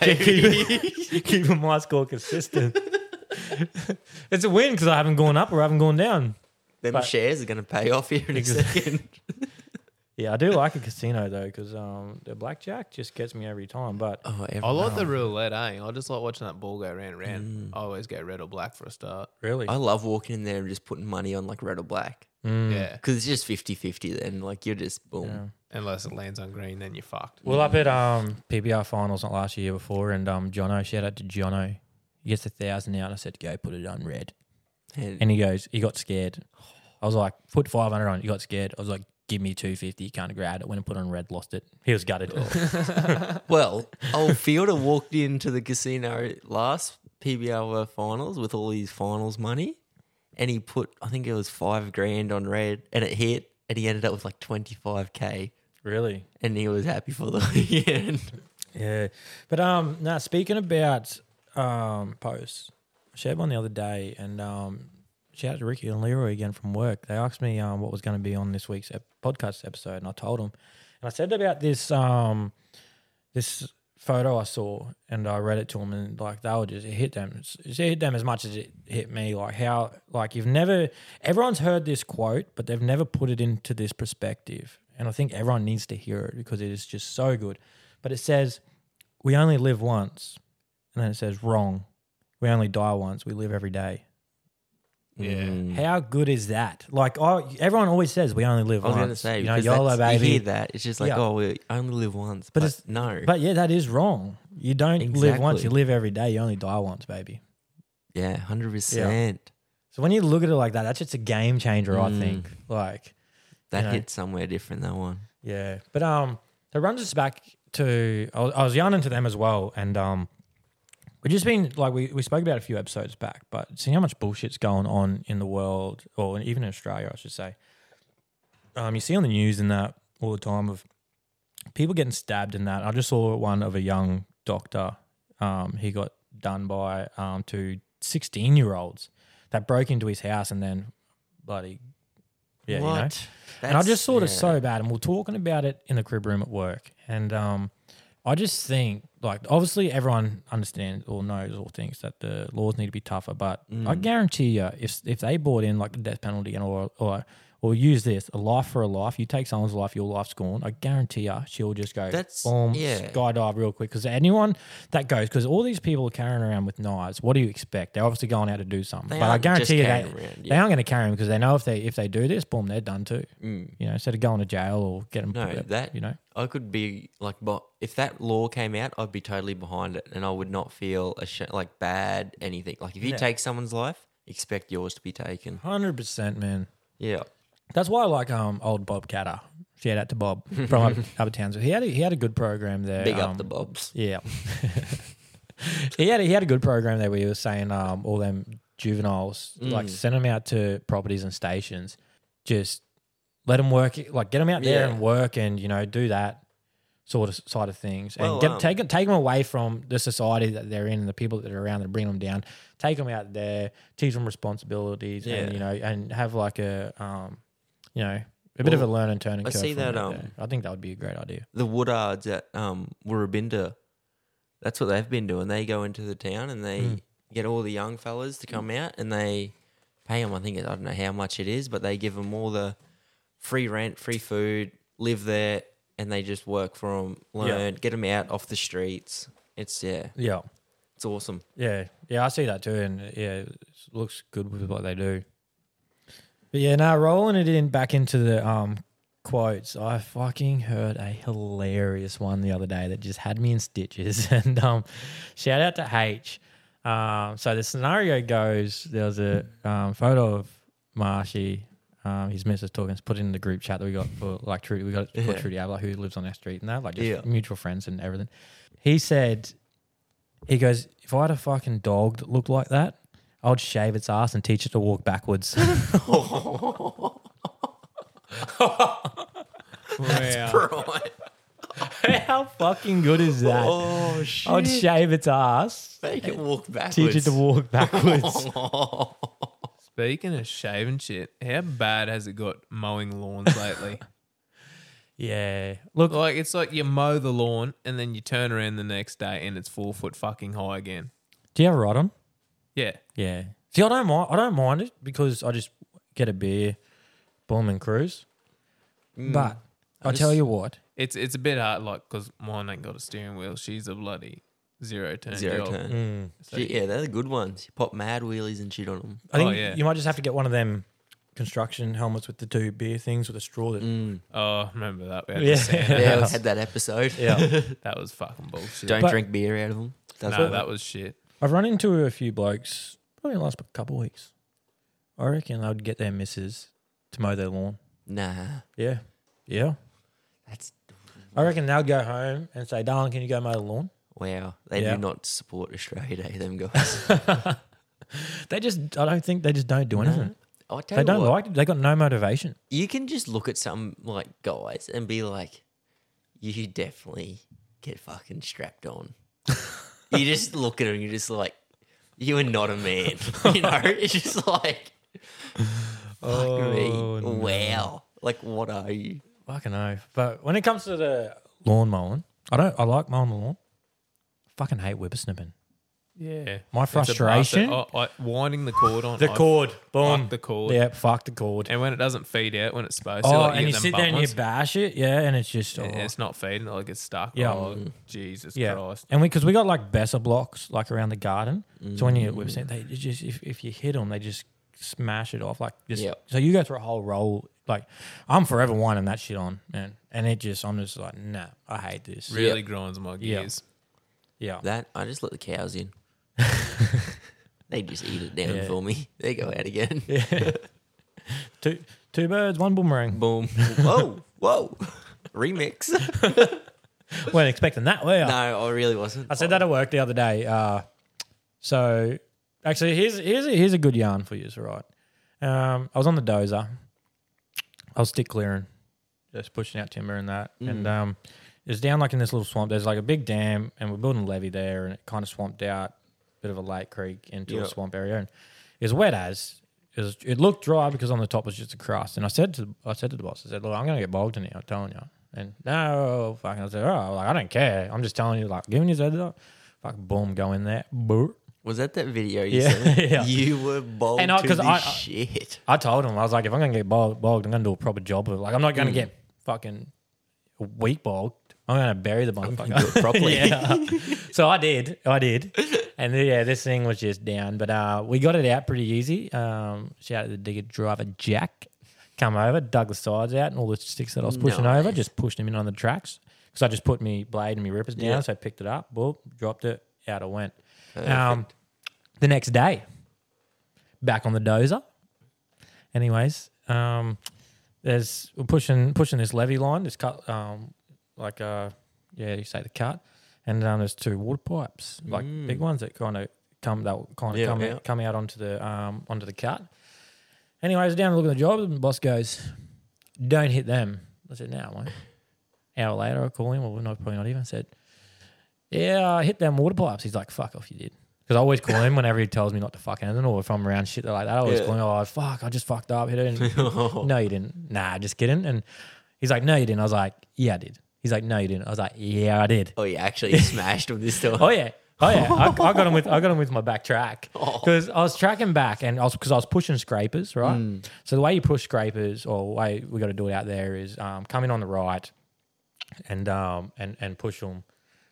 Speaker 3: keeping,
Speaker 4: baby.
Speaker 3: keeping my score consistent. it's a win because I haven't gone up or I haven't gone down.
Speaker 4: Them
Speaker 3: But-
Speaker 4: shares are going to pay off here in a
Speaker 3: Exactly.
Speaker 4: second.
Speaker 3: Yeah, I do like a casino though because um, the blackjack just gets me every time. But
Speaker 4: Oh,
Speaker 5: I
Speaker 4: everyone.
Speaker 5: like the roulette, eh? I just like watching that ball go round and round.
Speaker 3: Mm.
Speaker 5: I always go red or black for a start.
Speaker 3: really,
Speaker 4: I love walking in there and just putting money on like red or black
Speaker 3: Mm.
Speaker 5: Yeah.
Speaker 4: because it's just 50 50 then. Like you're just boom.
Speaker 5: Unless it lands on green, then you're fucked.
Speaker 3: well, up at um, PBR finals not last year year before, and um, Jono, shout out to Jono, he gets a thousand out. And I said, go put it on red,
Speaker 4: And,
Speaker 3: and he goes, he got scared. I was like, put five hundred on. He got scared. I was like, give me two fifty. You can't grab it. Went and put it on red, lost it. He was gutted.
Speaker 4: well, old Fielder walked into the casino last PBR Finals with all his finals money and he put I think it was five grand on red, and it hit, and he ended up with like twenty five k,
Speaker 3: Really?
Speaker 4: and he was happy for the weekend.
Speaker 3: Yeah. But um now speaking about um posts, I shared one the other day and um shout out to Ricky and Leroy again from work. They asked me um what was going to be on this week's ep- podcast episode and I told them. And I said about this um this photo I saw and I read it to them and like they were just it hit them it hit them as much as it hit me like how like you've never everyone's heard this quote but they've never put it into this perspective and I think everyone needs to hear it because it is just so good but it says we only live once and then it says wrong we only die once we live every day
Speaker 5: Yeah.
Speaker 4: Mm. Hmm.
Speaker 3: how good is that like oh everyone always says we only live
Speaker 4: I was
Speaker 3: once
Speaker 4: gonna say
Speaker 3: you know
Speaker 4: because
Speaker 3: YOLO
Speaker 4: that's-
Speaker 3: baby
Speaker 4: you hear that it's just like
Speaker 3: Yeah.
Speaker 4: oh we only live once, but,
Speaker 3: But it's-
Speaker 4: no,
Speaker 3: But yeah, that is wrong. You don't live once,
Speaker 4: Exactly.
Speaker 3: you live every day. You only die once, baby.
Speaker 4: yeah, hundred percent.
Speaker 3: So when you look at it like that, that's just a game changer, I
Speaker 4: Mm.
Speaker 3: think. Like,
Speaker 4: That
Speaker 3: know.
Speaker 4: hit somewhere different. That one.
Speaker 3: yeah. But um that runs us back to I was, I was yarning to them as well and um we've just been like we, we spoke about a few episodes back, but seeing how much bullshit's going on in the world or even in Australia, I should say. Um you see on the news and that all the time of people getting stabbed in that. I just saw one of a young doctor. Um, he got done by um, two 16 year olds that broke into his house and then bloody, yeah, you know. and I
Speaker 4: That's-
Speaker 3: just thought it
Speaker 4: yeah.
Speaker 3: so bad. And we are talking about it in the crib room at work. And um, I just think, like, obviously everyone understands or knows or thinks that the laws need to be tougher. But I
Speaker 4: Mm.
Speaker 3: guarantee you, if if they brought in like the death penalty and or or or use this a life for a life, you take someone's life, your life's gone. I guarantee you, she'll just go
Speaker 4: That's-
Speaker 3: boom,
Speaker 4: yeah.
Speaker 3: skydive real quick. Because anyone that goes, because all these people are carrying around with knives. What do you expect? They're obviously going out to do something.
Speaker 4: They
Speaker 3: but I
Speaker 4: aren't just
Speaker 3: guarantee you, they,
Speaker 4: carrying around,
Speaker 3: they aren't going to carry them because they know if they if they do this, boom, they're done too. You know, instead of going to jail or getting
Speaker 4: Mm. No, that
Speaker 3: you know,
Speaker 4: I could be like, but if that law came out, I'd be totally behind it, and I would not feel ashamed, like bad anything. Like if you take someone's life, expect yours to be taken.
Speaker 3: hundred percent, man.
Speaker 4: Yeah,
Speaker 3: That's why I like um old Bob Catter. Shout out to Bob from up, Upper Townsville. He had a, he had a good program there.
Speaker 4: big
Speaker 3: um,
Speaker 4: up the bobs.
Speaker 3: Yeah. he had a, he had a good program there where he was saying um all them juveniles
Speaker 4: Mm.
Speaker 3: like send them out to properties and stations, just let them work like get them out there
Speaker 4: Yeah.
Speaker 3: and work and you know do that sort of side of things and
Speaker 4: Well,
Speaker 3: get,
Speaker 4: um,
Speaker 3: take them take them away from the society that they're in and the people that are around that bring them down. Take them out there, teach them responsibilities,
Speaker 4: Yeah.
Speaker 3: and you know and have like a um you know. A bit of a
Speaker 4: Well,
Speaker 3: learn and turn and
Speaker 4: I
Speaker 3: curve
Speaker 4: see
Speaker 3: from
Speaker 4: that,
Speaker 3: out
Speaker 4: um,
Speaker 3: there. I think that would be a great idea.
Speaker 4: The Woodards at um Woorabinda, that's what they've been doing. They go into the town and they
Speaker 3: Hmm.
Speaker 4: get all the young fellas to come out, and they pay them. I think I don't know how much it is, but they give them all the free rent, free food, live there, and they just work for them, learn, get 'em get them out off the streets. It's yeah.
Speaker 3: Yeah.
Speaker 4: It's awesome.
Speaker 3: Yeah, yeah, I see that too, and yeah, it looks good with what they do. But yeah, now rolling it in back into the um quotes, I fucking heard a hilarious one the other day that just had me in stitches. And um, shout out to H. Um, so the scenario goes: there was a um, photo of Marshy. Um, his missus talking. It's put in the group chat that we got for like Trudy. We got it for
Speaker 4: Yeah.
Speaker 3: Trudy Abler, who lives on our street, and that like just
Speaker 4: Yeah.
Speaker 3: mutual friends and everything. He said, he goes, if I had a fucking dog that looked like that, I would shave its ass and teach it to walk backwards.
Speaker 5: Wow.
Speaker 4: Right.
Speaker 3: How fucking good is that?
Speaker 4: Oh
Speaker 3: I would
Speaker 4: shit!
Speaker 3: shave its ass,
Speaker 4: Make it walk backwards.
Speaker 3: teach it to walk backwards.
Speaker 4: Oh.
Speaker 5: Speaking of shaving shit, how bad has it got mowing lawns lately?
Speaker 3: yeah. Look,
Speaker 5: like it's like you mow the lawn and then you turn around the next day and it's four foot fucking high again.
Speaker 3: do you have a ride on?
Speaker 5: Yeah.
Speaker 3: Yeah. See, I don't mind. I don't mind it because I just get a beer, boom, and cruise.
Speaker 4: Mm.
Speaker 3: But I tell you what,
Speaker 5: It's it's a bit hard, like, because mine ain't got a steering wheel. She's a bloody zero turn.
Speaker 4: Zero
Speaker 5: dog.
Speaker 4: turn.
Speaker 3: Mm.
Speaker 5: So-
Speaker 4: Shit, yeah, they're the good ones. You pop mad wheelies and shit on them.
Speaker 3: I think
Speaker 5: Oh, yeah.
Speaker 3: you might just have to get one of them construction helmets with the two beer things with a straw. That
Speaker 5: Oh, I remember that. We had
Speaker 3: Mm. Yeah.
Speaker 5: to sand it.
Speaker 4: Yeah, we had that episode.
Speaker 3: yeah.
Speaker 5: That was fucking bullshit.
Speaker 4: Don't
Speaker 3: But-
Speaker 4: drink beer out of them. That's
Speaker 5: no, that was shit.
Speaker 3: I've run into a few blokes probably in the last couple of weeks. I reckon they would get their missus to mow their lawn.
Speaker 4: nah.
Speaker 3: Yeah. Yeah.
Speaker 4: That's
Speaker 3: I reckon they'll go home and say, darling, can you go mow the lawn?
Speaker 4: wow. They
Speaker 3: Yeah.
Speaker 4: do not support Australia Day. Them guys.
Speaker 3: they just, I don't think they just don't do anything.
Speaker 4: Oh, I tell
Speaker 3: They
Speaker 4: you
Speaker 3: don't
Speaker 4: what,
Speaker 3: like it. They got no motivation.
Speaker 4: You can just look at some like guys and be like, you definitely get fucking strapped on. you just look at them, you're just like, you are not a man. You know, it's just like, fuck
Speaker 3: Oh,
Speaker 4: me, wow. Like, what are you?
Speaker 3: Fucking oath. But when it comes to the lawn mowing, I don't. I like mowing the lawn. Fucking hate whippersnipping.
Speaker 5: Yeah.
Speaker 3: My
Speaker 5: It's a bastard.
Speaker 3: frustration?
Speaker 5: I, I, winding the cord on. I-
Speaker 3: boom.
Speaker 5: the cord.
Speaker 3: Yeah, fuck the cord.
Speaker 5: And when it doesn't feed out when it's supposed to,
Speaker 3: oh,
Speaker 5: like,
Speaker 3: and you
Speaker 5: get them
Speaker 3: sit
Speaker 5: bum
Speaker 3: there and you
Speaker 5: ones.
Speaker 3: bash it, yeah, and it's just oh,
Speaker 5: Yeah, it's not feeding. Like it's stuck.
Speaker 3: Yeah.
Speaker 5: Oh, Jesus
Speaker 3: yeah.
Speaker 5: Christ.
Speaker 3: And we because we got like besser blocks like around the garden, so when you whip snip, they it just if, if you hit them, they just smash it off like just.
Speaker 4: Yep.
Speaker 3: So you go through a whole roll. Like I'm forever winding that shit on, man, and it just I'm just like nah, I hate this.
Speaker 5: Really grinds my gears.
Speaker 3: Yeah,
Speaker 4: That, I just let the cows in. they just eat it down for me. They go out again.
Speaker 3: two two birds, one boomerang.
Speaker 4: Boom. Whoa, whoa. Remix.
Speaker 3: weren't expecting that, were you?
Speaker 4: no, I really wasn't.
Speaker 3: I said that at work the other day. Uh, so actually, here's here's a, here's a good yarn for you, right? Um, I was on the dozer. I was stick clearing, just pushing out timber and that, and um, it was down like in this little swamp. There's like a big dam, and we're building a levee there, and it kind of swamped out, bit of a lake creek into a
Speaker 4: Yeah.
Speaker 3: swamp area, and it was wet as. It, was, it looked dry because on the top was just a crust, and I said to I said to the boss, I said, "Look, I'm gonna get bogged in here. I'm telling you." And no, fucking, I said, "Oh, like I don't care. I'm just telling you, like giving you the heads up." Fuck, boom, go in there. Boop.
Speaker 4: Was that that video you
Speaker 3: Yeah,
Speaker 4: sent? me?
Speaker 3: yeah.
Speaker 4: You were bold
Speaker 3: And
Speaker 4: and
Speaker 3: I-
Speaker 4: I, to
Speaker 3: 'cause
Speaker 4: the
Speaker 3: I- I-
Speaker 4: shit.
Speaker 3: I told him, I was like, if I'm gonna get bogged, bogged I'm gonna do a proper job of it. Like, I'm not
Speaker 4: Mm.
Speaker 3: gonna get fucking weak bogged. I'm gonna bury the
Speaker 4: Do it
Speaker 3: motherfucker.
Speaker 4: properly.
Speaker 3: yeah. so I did, I did, and then, yeah, this thing was just down, but uh, we got it out pretty easy. Um, shout out to the digger driver Jack, come over, dug the sides out, and all the sticks that I was pushing over, just pushed them in on the tracks because I just put me blade and my rippers down, so I picked it up, boop, dropped it, out it went. Um, the next day, back on the dozer. Anyways, um, there's we're pushing pushing this levee line, this cut, um, like uh, yeah, you say the cut, and um, there's two water pipes, like big ones that kind of come that kind of
Speaker 4: Mm. Yeah,
Speaker 3: come
Speaker 4: yeah.
Speaker 3: come out onto the um onto the cut. Anyways, down looking at the job, and the boss goes, "Don't hit them." I said, "No, I won't." Hour later, I call him. Well, we're not probably not even. I said, yeah, I hit them water pipes. He's like, fuck off, you did. Because I always call him whenever he tells me not to fuck anything or if I'm around shit like that. I always
Speaker 4: Yeah.
Speaker 3: call him, oh, fuck, I just fucked up, hit it. And,
Speaker 4: Oh,
Speaker 3: no, you didn't. Nah, just kidding. And he's like, no, you didn't. I was like, yeah, I did. He's like, no, you didn't. I was like, yeah, I did.
Speaker 4: Oh, you actually smashed him this time.
Speaker 3: Oh yeah. Oh yeah, I, I got him with I got him with my back track because I was tracking back and I was because I was pushing scrapers right. So the way you push scrapers or the way we got to do it out there is um, come in on the right and um and and push them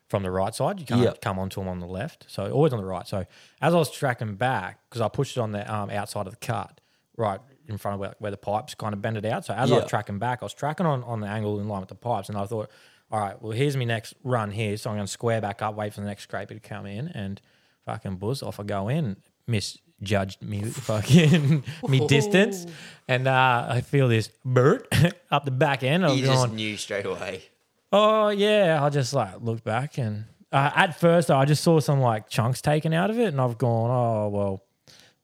Speaker 3: from the right side. You can't
Speaker 4: Yeah.
Speaker 3: come onto them on the left, so always on the right. So as I was tracking back because I pushed it on the um, outside of the cut right in front of where, where the pipes kind of bended out. So as I
Speaker 4: Yeah.
Speaker 3: was tracking back, I was tracking on, on the angle in line with the pipes, and I thought, all right, well, here's my next run here. So I'm going to square back up, wait for the next scraper to come in, and fucking buzz off I go in. Misjudged me fucking me distance, and uh, I feel this bird up the back end. I'm
Speaker 4: you
Speaker 3: going,
Speaker 4: just knew straight away.
Speaker 3: Oh yeah, I just like looked back and uh, at first I just saw some like chunks taken out of it, and I've gone, oh well,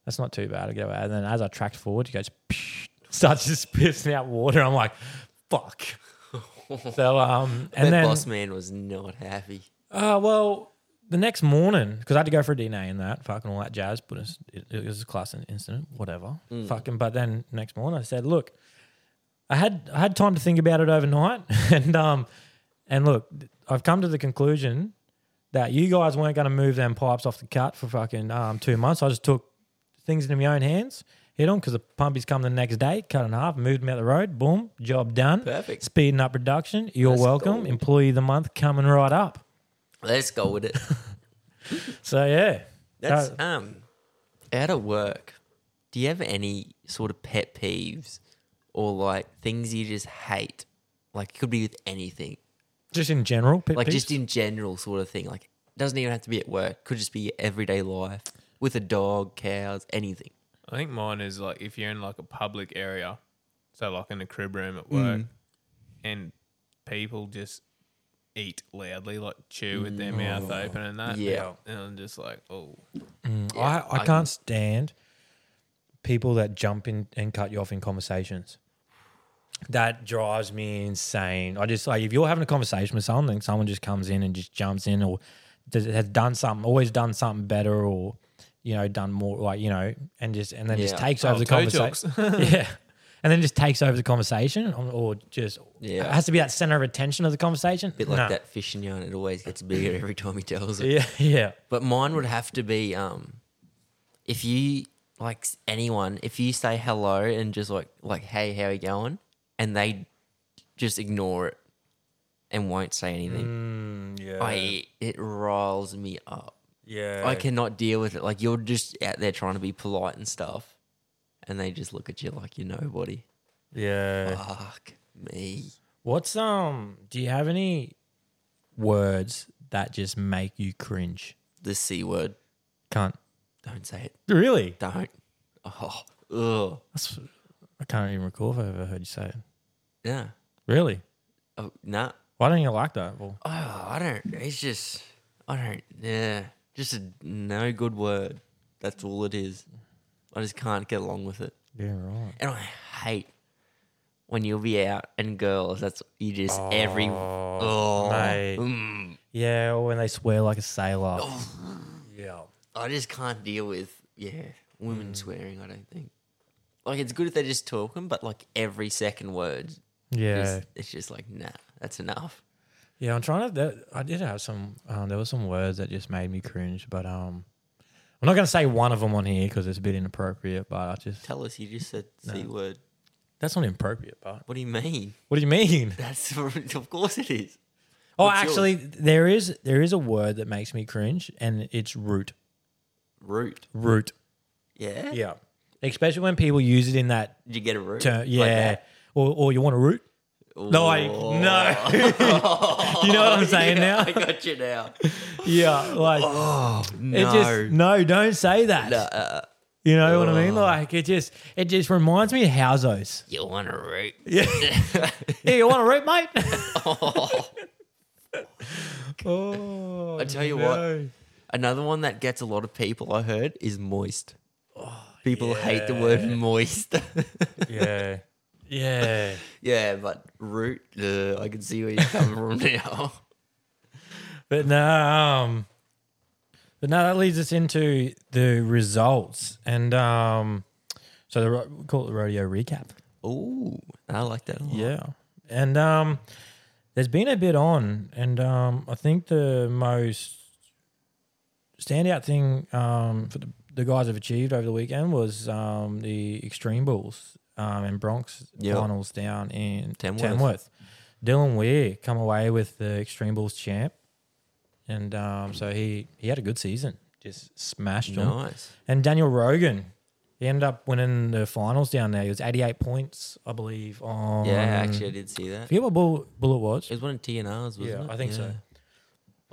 Speaker 3: that's not too bad. I get away. And then as I tracked forward, he goes, psh, starts just pissing out water. I'm like, fuck. so um, and
Speaker 4: that
Speaker 3: then
Speaker 4: boss man was not happy.
Speaker 3: uh, well, the next morning, because I had to go for a DNA and that, fucking all that jazz, but it's, it, it was a class in- incident, whatever.
Speaker 4: Mm.
Speaker 3: Fucking, but then next morning I said, look, I had I had time to think about it overnight, and um, and look, I've come to the conclusion that you guys weren't going to move them pipes off the cut for fucking um two months. I just took things into my own hands, hit them because the pumpies come the next day, cut in half, moved them out the road, boom, job done.
Speaker 4: Perfect.
Speaker 3: Speeding up production. You're
Speaker 4: That's
Speaker 3: welcome.
Speaker 4: gold.
Speaker 3: Employee of the month coming right up.
Speaker 4: Let's go with it.
Speaker 3: So yeah,
Speaker 4: That's
Speaker 3: Uh,
Speaker 4: um out of work. Do you have any sort of pet peeves or like things you just hate? Like it could be with anything.
Speaker 3: just in general, pet
Speaker 4: Like just
Speaker 3: peeves?
Speaker 4: in general sort of thing. Like it doesn't even have to be at work. Could just be your everyday life with a dog, cows, anything.
Speaker 5: I think mine is like if you're in like a public
Speaker 3: Mm.
Speaker 5: area, so like in a crib room at work, and people just eat loudly, like chew with their mouth
Speaker 3: Mm.
Speaker 5: open and that.
Speaker 4: Yeah.
Speaker 5: And I'm just like, oh,
Speaker 3: I, I can't stand people that jump in and cut you off in conversations. That drives me insane. I just like if you're having a conversation with someone, then someone just comes in and just jumps in, or does, has done something, always done something better, or you know, done more, like you know, and just and then just
Speaker 4: Yeah.
Speaker 3: takes over
Speaker 5: Oh,
Speaker 3: the
Speaker 5: toe
Speaker 3: conversation. yeah, and then just takes over the conversation, or- or just
Speaker 4: Yeah.
Speaker 3: it has to be that center of attention of the conversation.
Speaker 4: bit like
Speaker 3: No.
Speaker 4: that fishing yarn. It always gets bigger every time he tells it.
Speaker 3: Yeah, yeah.
Speaker 4: But mine would have to be um, if you like s- anyone, if you say hello and just like like hey, how you going, and they just ignore it and won't say
Speaker 3: Mm.
Speaker 4: anything.
Speaker 3: Yeah.
Speaker 4: I it riles me up.
Speaker 3: yeah.
Speaker 4: I cannot deal with it. Like you're just out there trying to be polite and stuff, and they just look at you like you're nobody.
Speaker 3: Yeah.
Speaker 4: Fuck me.
Speaker 3: What's um? Do you have any words that just make you cringe?
Speaker 4: The c word.
Speaker 3: Can't
Speaker 4: Don't say it.
Speaker 3: really.
Speaker 4: Don't. Oh, ugh.
Speaker 3: That's, I can't even recall if I ever heard you say it.
Speaker 4: Yeah.
Speaker 3: Really?
Speaker 4: Oh, nah.
Speaker 3: Why don't you like that? Well,
Speaker 4: Oh, I don't. It's just, I don't. Yeah, just a no good word. That's all it is. I just can't get along with it,
Speaker 3: yeah, right.
Speaker 4: and I hate when you'll be out and girls. That's you just every. Oh, mm,
Speaker 3: mate. Yeah, or when they swear like a sailor. Yeah.
Speaker 4: I just can't deal with yeah women
Speaker 3: Mm.
Speaker 4: swearing. I don't think. Like it's good if they're just talking, but like every second word,
Speaker 3: Yeah.
Speaker 4: is, it's just like nah, that's enough.
Speaker 3: Yeah, I'm trying to. That, I did have some. Um, there were some words that just made me cringe, but um, I'm not going to say one of them on here because it's a bit inappropriate. But I just
Speaker 4: Tell us, you just said c word.
Speaker 3: that's not inappropriate. But
Speaker 4: What do you mean?
Speaker 3: what do you mean?
Speaker 4: That's of course it is.
Speaker 3: Oh,
Speaker 4: What's
Speaker 3: actually, there is there is a word that makes me cringe, and it's root.
Speaker 4: Root.
Speaker 3: Root.
Speaker 4: Yeah.
Speaker 3: Yeah. Especially when people use it in that
Speaker 4: Did you get a root?
Speaker 3: term.
Speaker 4: Like
Speaker 3: Yeah.
Speaker 4: that?
Speaker 3: or, or you want a root? Like,
Speaker 4: Oh.
Speaker 3: no. you know what I'm saying
Speaker 4: Yeah, Oh, I
Speaker 3: now?
Speaker 4: got you now.
Speaker 3: yeah. Like,
Speaker 4: No.
Speaker 3: it just, no, don't say that.
Speaker 4: uh,
Speaker 3: You know what I
Speaker 4: Oh.
Speaker 3: mean? Like, it just, it just reminds me of howzos.
Speaker 4: you want a root?
Speaker 3: hey, you want a root, mate? oh.
Speaker 4: I tell you what, another one that gets a lot of people, I heard, is moist.
Speaker 3: Oh,
Speaker 4: people hate the word moist.
Speaker 3: Yeah. Yeah.
Speaker 4: yeah, but root, uh, I can see where you're coming from now.
Speaker 3: But no, um, but now that leads us into the results, and um, so the ro- we call it the rodeo recap.
Speaker 4: Ooh, I like that a lot.
Speaker 3: Yeah, and um, there's been a bit on, and um, I think the most standout thing um, for the, the guys have achieved over the weekend was um, the Extreme Bulls um, and Bronx
Speaker 4: Yep.
Speaker 3: finals down in Tamworth.
Speaker 4: Tamworth.
Speaker 3: Dylan Weir come away with the Extreme Bulls champ, and um, so he he had a good season, just smashed them.
Speaker 4: Nice.
Speaker 3: And Daniel Rogan, he ended up winning the finals down there. He was 88 points, I believe. On
Speaker 4: Yeah,
Speaker 3: Um,
Speaker 4: actually, I did see that.
Speaker 3: forget what bull, bull it was.
Speaker 4: It was one of TNR's, wasn't
Speaker 3: Yeah,
Speaker 4: it?
Speaker 3: I think so.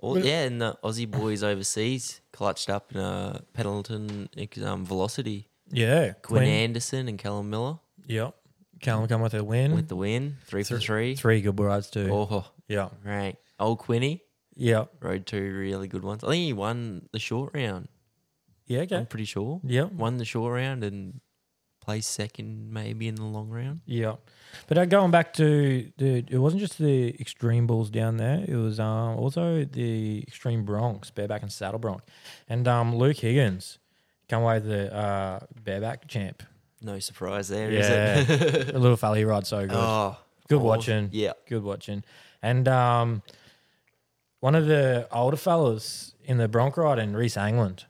Speaker 4: Well, yeah, and the Aussie boys overseas clutched up in a Pendleton um, Velocity.
Speaker 3: Yeah,
Speaker 4: Quinn
Speaker 3: Quinn.
Speaker 4: Anderson and Callum Miller
Speaker 3: Yep, Callum come with a win.
Speaker 4: with the win, three for three.
Speaker 3: Three good rides too.
Speaker 4: Oh,
Speaker 3: Yeah,
Speaker 4: right. Old Quinny
Speaker 3: yeah,
Speaker 4: rode two really good ones. I think he won the short round.
Speaker 3: yeah. Okay.
Speaker 4: I'm pretty sure.
Speaker 3: Yep.
Speaker 4: Won the short round and placed second maybe in the long round.
Speaker 3: Yeah, but uh, going back to the, it wasn't just the extreme bulls down there. It was um, also the extreme Bronx, bareback and saddle Bronx, and um, Luke Higgins come away with the uh, bareback champ.
Speaker 4: No surprise there, is
Speaker 3: Yeah,
Speaker 4: it?
Speaker 3: a little fella he rides so good.
Speaker 4: oh,
Speaker 3: good
Speaker 4: awesome.
Speaker 3: watching.
Speaker 4: Yeah.
Speaker 3: good watching. And um, one of the older fellas in the Bronc ride, and Reese Angland.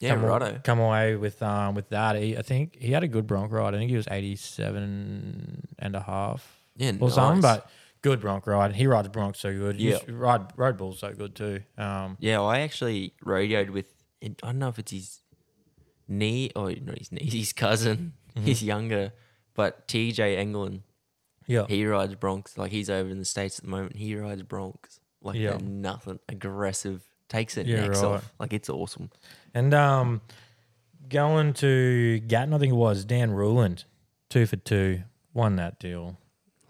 Speaker 4: Yeah,
Speaker 3: come,
Speaker 4: righto.
Speaker 3: come away with um with that. He, I think he had a good bronc ride. I think he was 87 and a half
Speaker 4: Yeah,
Speaker 3: or something,
Speaker 4: nice.
Speaker 3: but good bronc ride. He rides bronc so good. He
Speaker 4: Yeah.
Speaker 3: used to ride road bulls so good too. Um,
Speaker 4: Yeah, I actually radioed with. I don't know if it's his knee or not his niece, his cousin.
Speaker 3: Mm-hmm.
Speaker 4: He's younger, but TJ Englund,
Speaker 3: yeah,
Speaker 4: he rides Bronx. Like he's over in the states at the moment. He rides Bronx like
Speaker 3: Yeah.
Speaker 4: they're nothing aggressive. Takes it
Speaker 3: Yeah,
Speaker 4: next
Speaker 3: right.
Speaker 4: off. Like it's awesome.
Speaker 3: and um, going to Gatton, I think it was Dan Ruland, two for two, won that deal.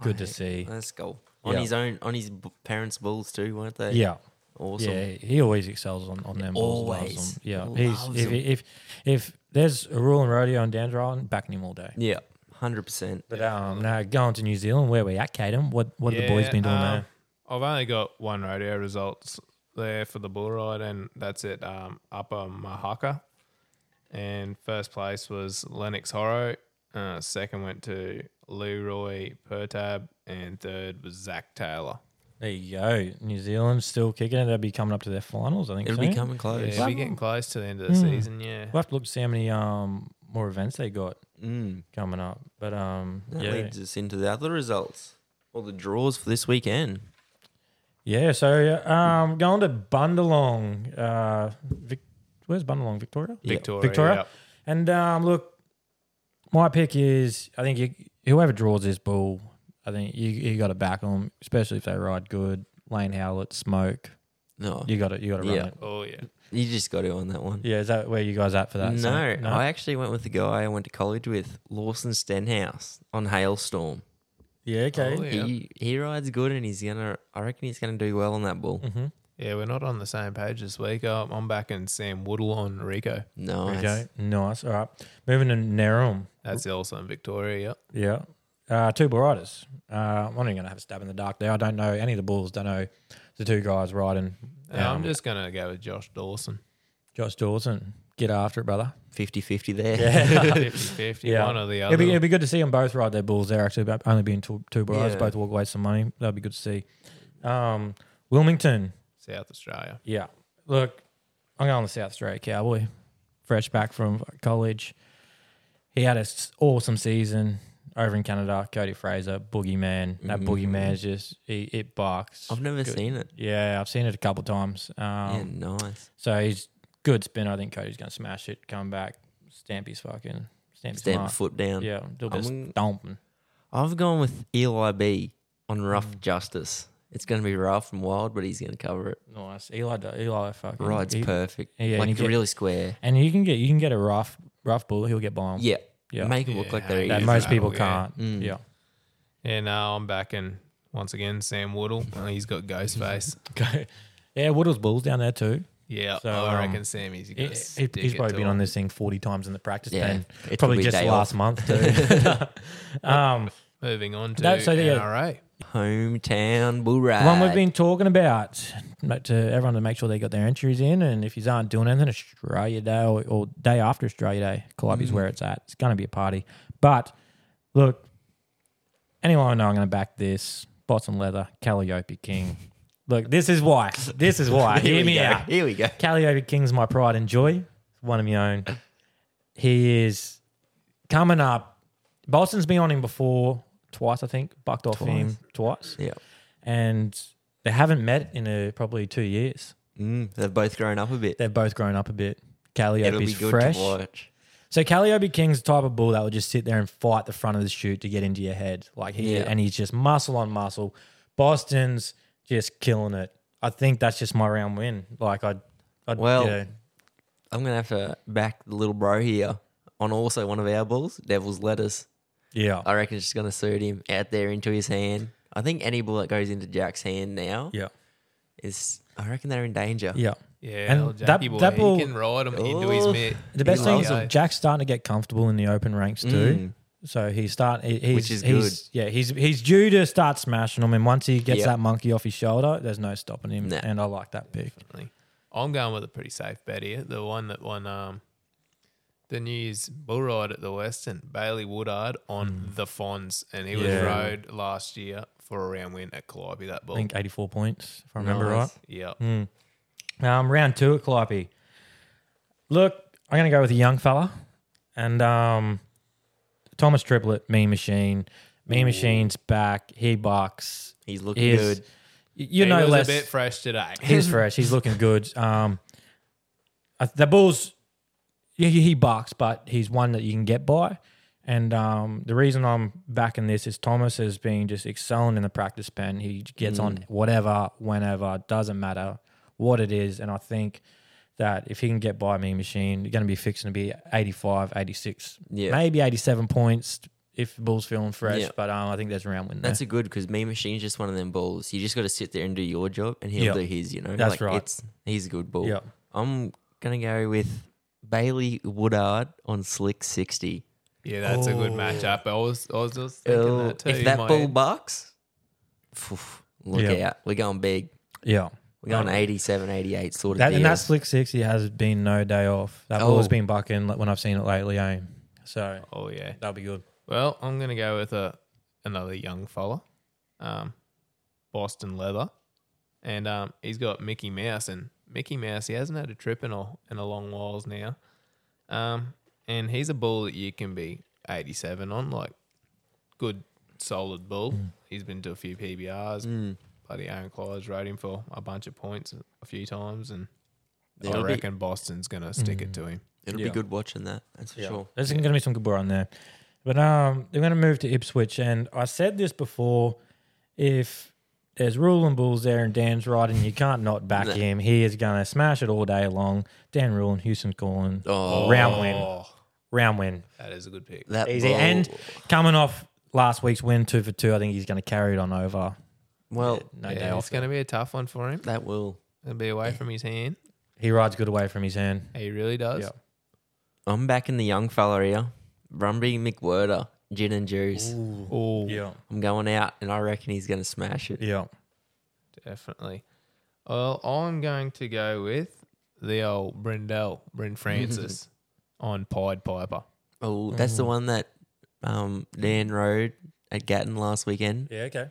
Speaker 3: Good to see.
Speaker 4: Let's go. on
Speaker 3: Yeah.
Speaker 4: his own, on his b- parents' balls too, weren't they?
Speaker 3: Yeah.
Speaker 4: awesome.
Speaker 3: Yeah, he always excels on, on them. balls, loves
Speaker 4: Always.
Speaker 3: them. Yeah.
Speaker 4: Loves
Speaker 3: He's if,
Speaker 4: them.
Speaker 3: if if there's a rule in rodeo and Dandrow, I'm backing him all day.
Speaker 4: Yeah, hundred percent.
Speaker 3: But um, now going to New Zealand, where we at, Caden? What what have the boys
Speaker 5: Yeah,
Speaker 3: been doing
Speaker 5: um, I've only got one rodeo results there for the bull ride, and that's it. Um, Upper Mahaka, and first place was Lennox Horro. Uh, second went to Leroy Pertab, and third was Zach Taylor.
Speaker 3: there? There you go. New Zealand still kicking it. They'll be coming up to their finals. I think
Speaker 4: It'll
Speaker 3: soon.
Speaker 4: be coming close.
Speaker 5: Yeah, we're getting close to the end of the season. Yeah,
Speaker 3: Hmm. We'll have to look to see how many um more events they got
Speaker 4: Mm.
Speaker 3: coming up. But um,
Speaker 4: That
Speaker 3: yeah,
Speaker 4: leads us into the other results or the draws for this weekend.
Speaker 3: yeah. So yeah, um, going to Bundalong. Uh, Vic- where's Bundalong, Victoria?
Speaker 5: Victoria.
Speaker 3: Victoria.
Speaker 5: yep.
Speaker 3: And um, look, my pick is I think you, whoever draws this bull, I think you you got to back them, especially if they ride good. Lane Howlett, Smoke.
Speaker 4: No, you,
Speaker 3: You got to you got to run
Speaker 4: Yeah.
Speaker 3: it.
Speaker 5: Oh yeah.
Speaker 4: just got it on that one.
Speaker 3: Yeah, is that where you guys at for that?
Speaker 4: no,
Speaker 3: Sam?
Speaker 4: I actually went with the guy I went to college with, Lawson Stenhouse, on Hailstorm.
Speaker 3: yeah, okay.
Speaker 5: Oh, yeah.
Speaker 4: He he rides good, and he's gonna. I reckon he's gonna do well on that bull.
Speaker 3: Mm-hmm.
Speaker 5: Yeah, we're not on the same page this week. Um, I'm back in Sam Woodall on Rico.
Speaker 4: Nice.
Speaker 3: Okay, nice. All right, moving to Nerum.
Speaker 5: That's also in Victoria. Yep.
Speaker 3: Yeah. Uh, two bull riders. Uh, I'm not even going to have a stab in the dark there. I don't know any of the bulls. Don't know the two guys riding.
Speaker 5: And
Speaker 3: Um,
Speaker 5: I'm just gonna go with Josh Dawson.
Speaker 3: Josh Dawson, get after it, brother.
Speaker 4: 50-50 there.
Speaker 5: 50-50, one or the other.
Speaker 3: It'd be, it'd be good to see them both ride their bulls there, actually, but only being two, two bull riders,
Speaker 4: Yeah.
Speaker 3: both walk away some money. That'd be good to see. Um, Wilmington.
Speaker 5: South Australia.
Speaker 3: Yeah. Look, I'm going to South Australia Cowboy, fresh back from college. He had an awesome season over in Canada. Cody Fraser, boogeyman. That boogeyman's just, he, it barks.
Speaker 4: I've never seen it.
Speaker 3: Yeah, I've seen it a couple of times. Um,
Speaker 4: Yeah, nice.
Speaker 3: So he's good spinner. I think Cody's going to smash it, come back, stamp his fucking stamp, his
Speaker 4: Stamp
Speaker 3: mark.
Speaker 4: foot down.
Speaker 3: Yeah, do a bit of
Speaker 4: I'm-
Speaker 3: stomping.
Speaker 4: I've gone with Eli B on
Speaker 3: Mm.
Speaker 4: rough justice. It's going to be rough and wild, but he's going to cover it.
Speaker 3: Nice. Eli, do- Eli fucking
Speaker 4: Rides
Speaker 3: he-
Speaker 4: perfect.
Speaker 3: yeah,
Speaker 4: like
Speaker 3: you get-
Speaker 4: really square.
Speaker 3: And you can get you can get a rough rough bull. He'll get by him.
Speaker 4: Yeah.
Speaker 3: Um, Yeah.
Speaker 4: Make it look like they're
Speaker 3: that
Speaker 5: Yeah,
Speaker 4: easy.
Speaker 3: most
Speaker 5: that
Speaker 3: people
Speaker 5: will, yeah.
Speaker 3: can't.
Speaker 4: Mm.
Speaker 3: Yeah,
Speaker 5: Yeah, no, I'm back in once again Sam Woodall. Uh, he's got Ghostface.
Speaker 3: yeah. yeah, Woodall's bulls down there too.
Speaker 5: Yeah,
Speaker 3: So,
Speaker 5: I reckon
Speaker 3: um,
Speaker 5: Sammy's
Speaker 3: He-
Speaker 5: gonna
Speaker 3: he-
Speaker 5: stick
Speaker 3: he's
Speaker 5: it
Speaker 3: probably
Speaker 5: to
Speaker 3: been
Speaker 5: him.
Speaker 3: on this thing forty times in the practice
Speaker 4: Yeah,
Speaker 3: pen.
Speaker 4: it
Speaker 3: Probably
Speaker 4: could be a
Speaker 3: just
Speaker 4: day
Speaker 3: last
Speaker 4: off.
Speaker 3: month too. um,
Speaker 5: Moving on to
Speaker 3: That- so, yeah.
Speaker 5: NRA.
Speaker 4: Hometown bull ride.
Speaker 3: the one we've been talking about ma- to everyone to make sure they got their entries in, and if you aren't doing anything, Australia Day or, or day after Australia Day, Columbia
Speaker 4: Mm.
Speaker 3: is where it's at. It's going to be a party. But look, anyone I know, I'm going to back this Boston Leather Calliope King. Look, this is why. This is why.
Speaker 4: Here
Speaker 3: Hear
Speaker 4: we
Speaker 3: me
Speaker 4: go.
Speaker 3: out.
Speaker 4: Here we go.
Speaker 3: Calliope King's my pride and joy, one of my own. He is coming up. Boston's been on him before, twice, I think. Bucked off him twice.
Speaker 4: Yeah.
Speaker 3: And they haven't met in a, probably two years.
Speaker 4: Mm, they've both grown up a bit.
Speaker 3: They've both grown up a bit.
Speaker 4: It'll be
Speaker 3: Calliope's
Speaker 4: good
Speaker 3: fresh.
Speaker 4: to watch.
Speaker 3: So Calliope King's the type of bull that will just sit there and fight the front of the chute to get into your head. Like he
Speaker 4: Yeah.
Speaker 3: and he's just muscle on muscle. Boston's just killing it. I think that's just my round win. Like I, I
Speaker 4: Well,
Speaker 3: yeah.
Speaker 4: I'm going to have to back the little bro here on also one of our bulls, Devil's Lettuce.
Speaker 3: yeah.
Speaker 4: I reckon it's just going to suit him out there into his hand. I think any bull that goes into Jack's hand now
Speaker 3: yeah.
Speaker 4: is, I reckon they're in danger.
Speaker 3: Yeah.
Speaker 5: Yeah,
Speaker 3: And
Speaker 5: old
Speaker 3: that-
Speaker 5: Jackie boy,
Speaker 3: that ball-
Speaker 5: he can ride him into his
Speaker 4: Oh.
Speaker 5: mitt.
Speaker 3: The best thing is
Speaker 5: Yeah.
Speaker 3: that Jack's starting to get comfortable in the open ranks too. So he's starting, he, he's,
Speaker 4: Mm. Which is
Speaker 3: he's- yeah, he's he's due to start smashing them, and once he gets
Speaker 4: Yeah.
Speaker 3: that monkey off his shoulder, there's no stopping him.
Speaker 4: Nah.
Speaker 3: And I like that pick.
Speaker 5: I'm going with a pretty safe bet here. The one that won um, the New Year's Bull Ride at the Western, Bailey Woodard on the Fonz, and he
Speaker 3: Hmm. Yeah.
Speaker 5: was rode last year for a round win at Calliope. That
Speaker 3: I
Speaker 5: bull.
Speaker 3: think 84 points, if I remember
Speaker 4: Nice.
Speaker 5: Yeah,
Speaker 3: right. Um, round two at Calliope. Look, I'm gonna go with a young fella, and um, Thomas Triplett, Mean Machine. Mean Machine's back. He bucks.
Speaker 4: He's looking
Speaker 3: He's-
Speaker 4: good.
Speaker 3: y- You
Speaker 5: he
Speaker 3: know
Speaker 5: was
Speaker 3: less.
Speaker 5: a bit fresh today.
Speaker 3: He's fresh. He's looking good. Um, I- the Bulls, yeah, he he barks, but he's one that you can get by. And um, the reason I'm backing this is Thomas has been just excelling in the practice pen. He gets
Speaker 4: Mm.
Speaker 3: on whatever, whenever, doesn't matter what it is. And I think that if he can get by me, machine, you're going to be fixing to be 85, 86,
Speaker 4: Yeah.
Speaker 3: maybe 87 points if the ball's feeling fresh.
Speaker 4: Yeah.
Speaker 3: But um, I think there's around window.
Speaker 4: That's a good because me machine's just one of them balls. You just got to sit there and do your job, and he'll
Speaker 3: Yeah.
Speaker 4: do his. You know,
Speaker 3: That's right.
Speaker 4: It's he's a good ball.
Speaker 3: Yeah.
Speaker 4: I'm gonna go with Bailey Woodard on slick sixty.
Speaker 5: Yeah, that's a good matchup. I was, I was just thinking
Speaker 4: Oh,
Speaker 5: that too.
Speaker 4: if that
Speaker 5: in my
Speaker 4: ball
Speaker 5: head.
Speaker 4: bucks, phew, look
Speaker 3: Yeah.
Speaker 4: out. We're going big.
Speaker 3: yeah.
Speaker 4: We're going 87, 88 sort of
Speaker 3: That,
Speaker 4: deal.
Speaker 3: and that slick sixty has been no day off. That ball's
Speaker 4: Oh.
Speaker 3: been bucking like, when I've seen it lately, eh? So
Speaker 5: Oh yeah.
Speaker 3: that'll be good.
Speaker 5: Well, I'm gonna go with a another young fella, um, Boston Leather, and um, he's got Mickey Mouse and Mickey Mouse. He hasn't had a trip in a in a long whiles now, um, and he's a bull that you can be 87 on, like good solid bull.
Speaker 4: Mm.
Speaker 5: He's been to a few PBRs. Bloody Aaron Clyde's rode him for a bunch of points a few times, and
Speaker 4: It'll
Speaker 5: I
Speaker 4: be- Mm.
Speaker 5: reckon Boston's gonna stick it to him.
Speaker 4: It'll
Speaker 3: Yeah.
Speaker 4: be good watching that. That's for sure.
Speaker 3: There's going to be some good ball on there. But um, they're going to move to Ipswich. And I said this before if there's Rulin Bulls there and Dan's right and you can't not back him, he is going to smash it all day long. Dan Rulin, Houston calling.
Speaker 4: Oh.
Speaker 3: Round win.
Speaker 5: Oh,
Speaker 3: Round win.
Speaker 5: that is a good pick.
Speaker 4: That
Speaker 3: Easy.
Speaker 4: ball-
Speaker 3: And coming off last week's win, two for two, I think he's going to carry it on over.
Speaker 4: well,
Speaker 3: No day
Speaker 5: Yeah,
Speaker 3: off.
Speaker 5: it's going to be a tough one for him.
Speaker 4: that will.
Speaker 5: It'll be away from his hand.
Speaker 3: He rides good away from his hand.
Speaker 5: He really does.
Speaker 3: Yeah.
Speaker 4: I'm back in the young fella here. Rumby McWhirter, gin and juice.
Speaker 5: Oh,
Speaker 3: Yeah.
Speaker 4: I'm going out, and I reckon he's going to smash it.
Speaker 3: Yeah.
Speaker 5: definitely. Well, I'm going to go with the old Brindell, Bryn Francis on Pied Piper.
Speaker 4: Oh, that's
Speaker 3: Mm.
Speaker 4: the one that um, Dan rode at Gatton last weekend,
Speaker 3: Yeah, okay.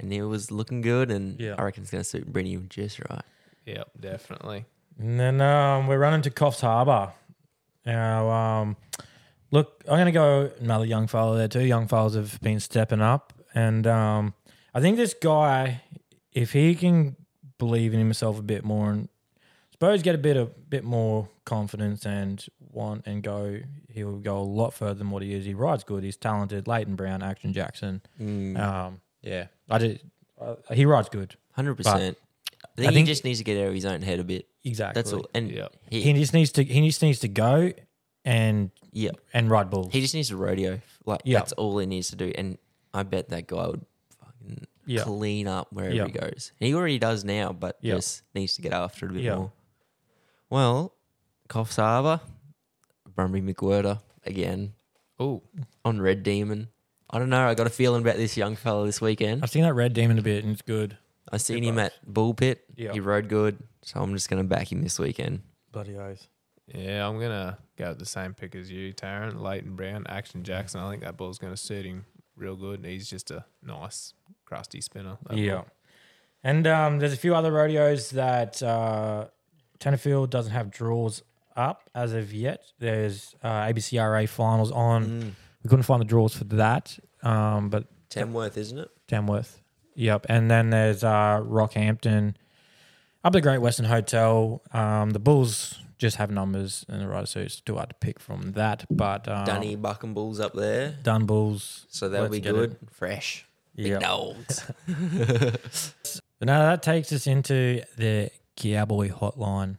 Speaker 4: and it was looking good. And
Speaker 3: Yeah.
Speaker 4: I reckon it's going to suit Brittany just right.
Speaker 5: Yep, definitely.
Speaker 3: And then um, we're running to Coffs Harbour. Now, um, look, I'm going to go another young fella there too. Young fellas have been stepping up. And um, I think this guy, if he can believe in himself a bit more and suppose get a bit a bit more confidence and want and go, he'll go a lot further than what he is. He rides good. He's talented. Leighton Brown, Action Jackson.
Speaker 4: Mm.
Speaker 3: Um, yeah, I did. Uh, he rides good.
Speaker 4: Hundred percent. I think he
Speaker 3: think-
Speaker 4: just needs to get out of his own head a bit.
Speaker 3: Exactly.
Speaker 4: That's all. And
Speaker 5: Yep.
Speaker 4: he,
Speaker 3: He just needs to. He just needs to go and
Speaker 4: yeah,
Speaker 3: and ride bulls.
Speaker 4: he just needs to rodeo. Like
Speaker 3: Yeah.
Speaker 4: that's all he needs to do. And I bet that guy would fucking
Speaker 3: Yeah.
Speaker 4: clean up wherever
Speaker 3: Yeah.
Speaker 4: he goes. He already does now, but
Speaker 3: Yeah.
Speaker 4: just needs to get after it a bit
Speaker 3: Yeah.
Speaker 4: more. Well, Coffs Harbour, Brumby McWhirter again
Speaker 5: Oh,
Speaker 4: on Red Demon. I don't know. I got a feeling about this young fella this weekend.
Speaker 3: I've seen that red demon a bit, and it's good.
Speaker 4: I seen him at Bull Pit.
Speaker 3: Yeah.
Speaker 4: He rode good, so I'm just gonna back him this weekend.
Speaker 3: Bloody oath.
Speaker 5: yeah, I'm going to go with the same pick as you, Taryn. Leighton Brown, Action Jackson. I think that ball's going to suit him real good. He's just a nice, crusty spinner. that
Speaker 3: Yeah.
Speaker 5: ball.
Speaker 3: And um, there's a few other rodeos that uh, Tenterfield doesn't have draws up as of yet. There's uh, ABCRA finals on. We couldn't find the draws for that, um, but
Speaker 4: Tamworth, isn't it?
Speaker 3: Tamworth. Yep. And then there's uh, Rockhampton, up the Great Western Hotel. Um, the Bulls just have numbers and the riders, so it's too hard to pick from that. But um,
Speaker 4: Dunny Buck and Bulls up there.
Speaker 3: Dun Bulls.
Speaker 4: So that'll
Speaker 3: Let's
Speaker 4: be
Speaker 3: get
Speaker 4: good.
Speaker 3: it.
Speaker 4: Fresh.
Speaker 3: Yep.
Speaker 4: Big dogs.
Speaker 3: But now that takes us into the cowboy hotline.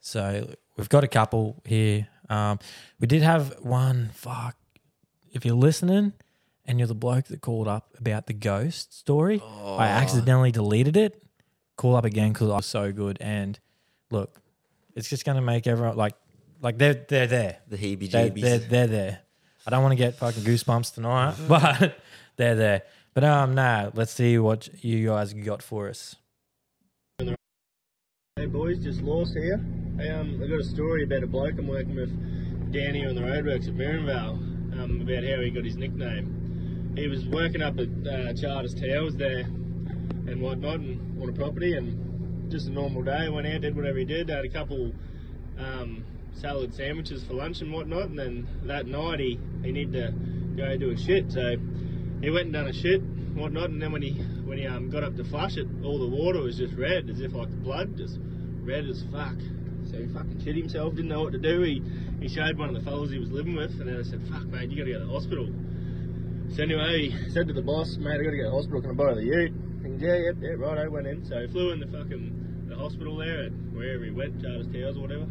Speaker 3: So we've got a couple here. Um, we did have one. Fuck, if you're listening and you're the bloke that called up about the ghost story, I accidentally deleted it. Call up again because I was so good. And look, it's just gonna make everyone like, like they're they're there.
Speaker 4: the heebie
Speaker 3: They, they're,
Speaker 4: jeebies.
Speaker 3: they're there. I don't want to get fucking goosebumps tonight, but they're there. But um, nah, let's see what you guys got for us.
Speaker 7: Hey boys, just Law's here. Hey, um, I got a story about a bloke I'm working with down here on the roadworks at Merrinvale um, about how he got his nickname. He was working up at uh, Charters Towers there and whatnot and on a property and just a normal day. Went out, did whatever he did, had a couple um, salad sandwiches for lunch and whatnot. And then that night he, he needed to go do a shit, so he went and done a shit, and whatnot. And then when he when he um, got up to flush it, all the water was just red, as if like the blood, just red as fuck. So he fucking shit himself, didn't know what to do. He he showed one of the fellas he was living with, and then I said, "Fuck, mate, you gotta go to the hospital." So anyway, he said to the boss, mate, I gotta go to the hospital, can I borrow the ute? And yeah, yep, yeah, right, I went in. So he flew in the fucking the hospital there at wherever he went, Charles Towers or whatever.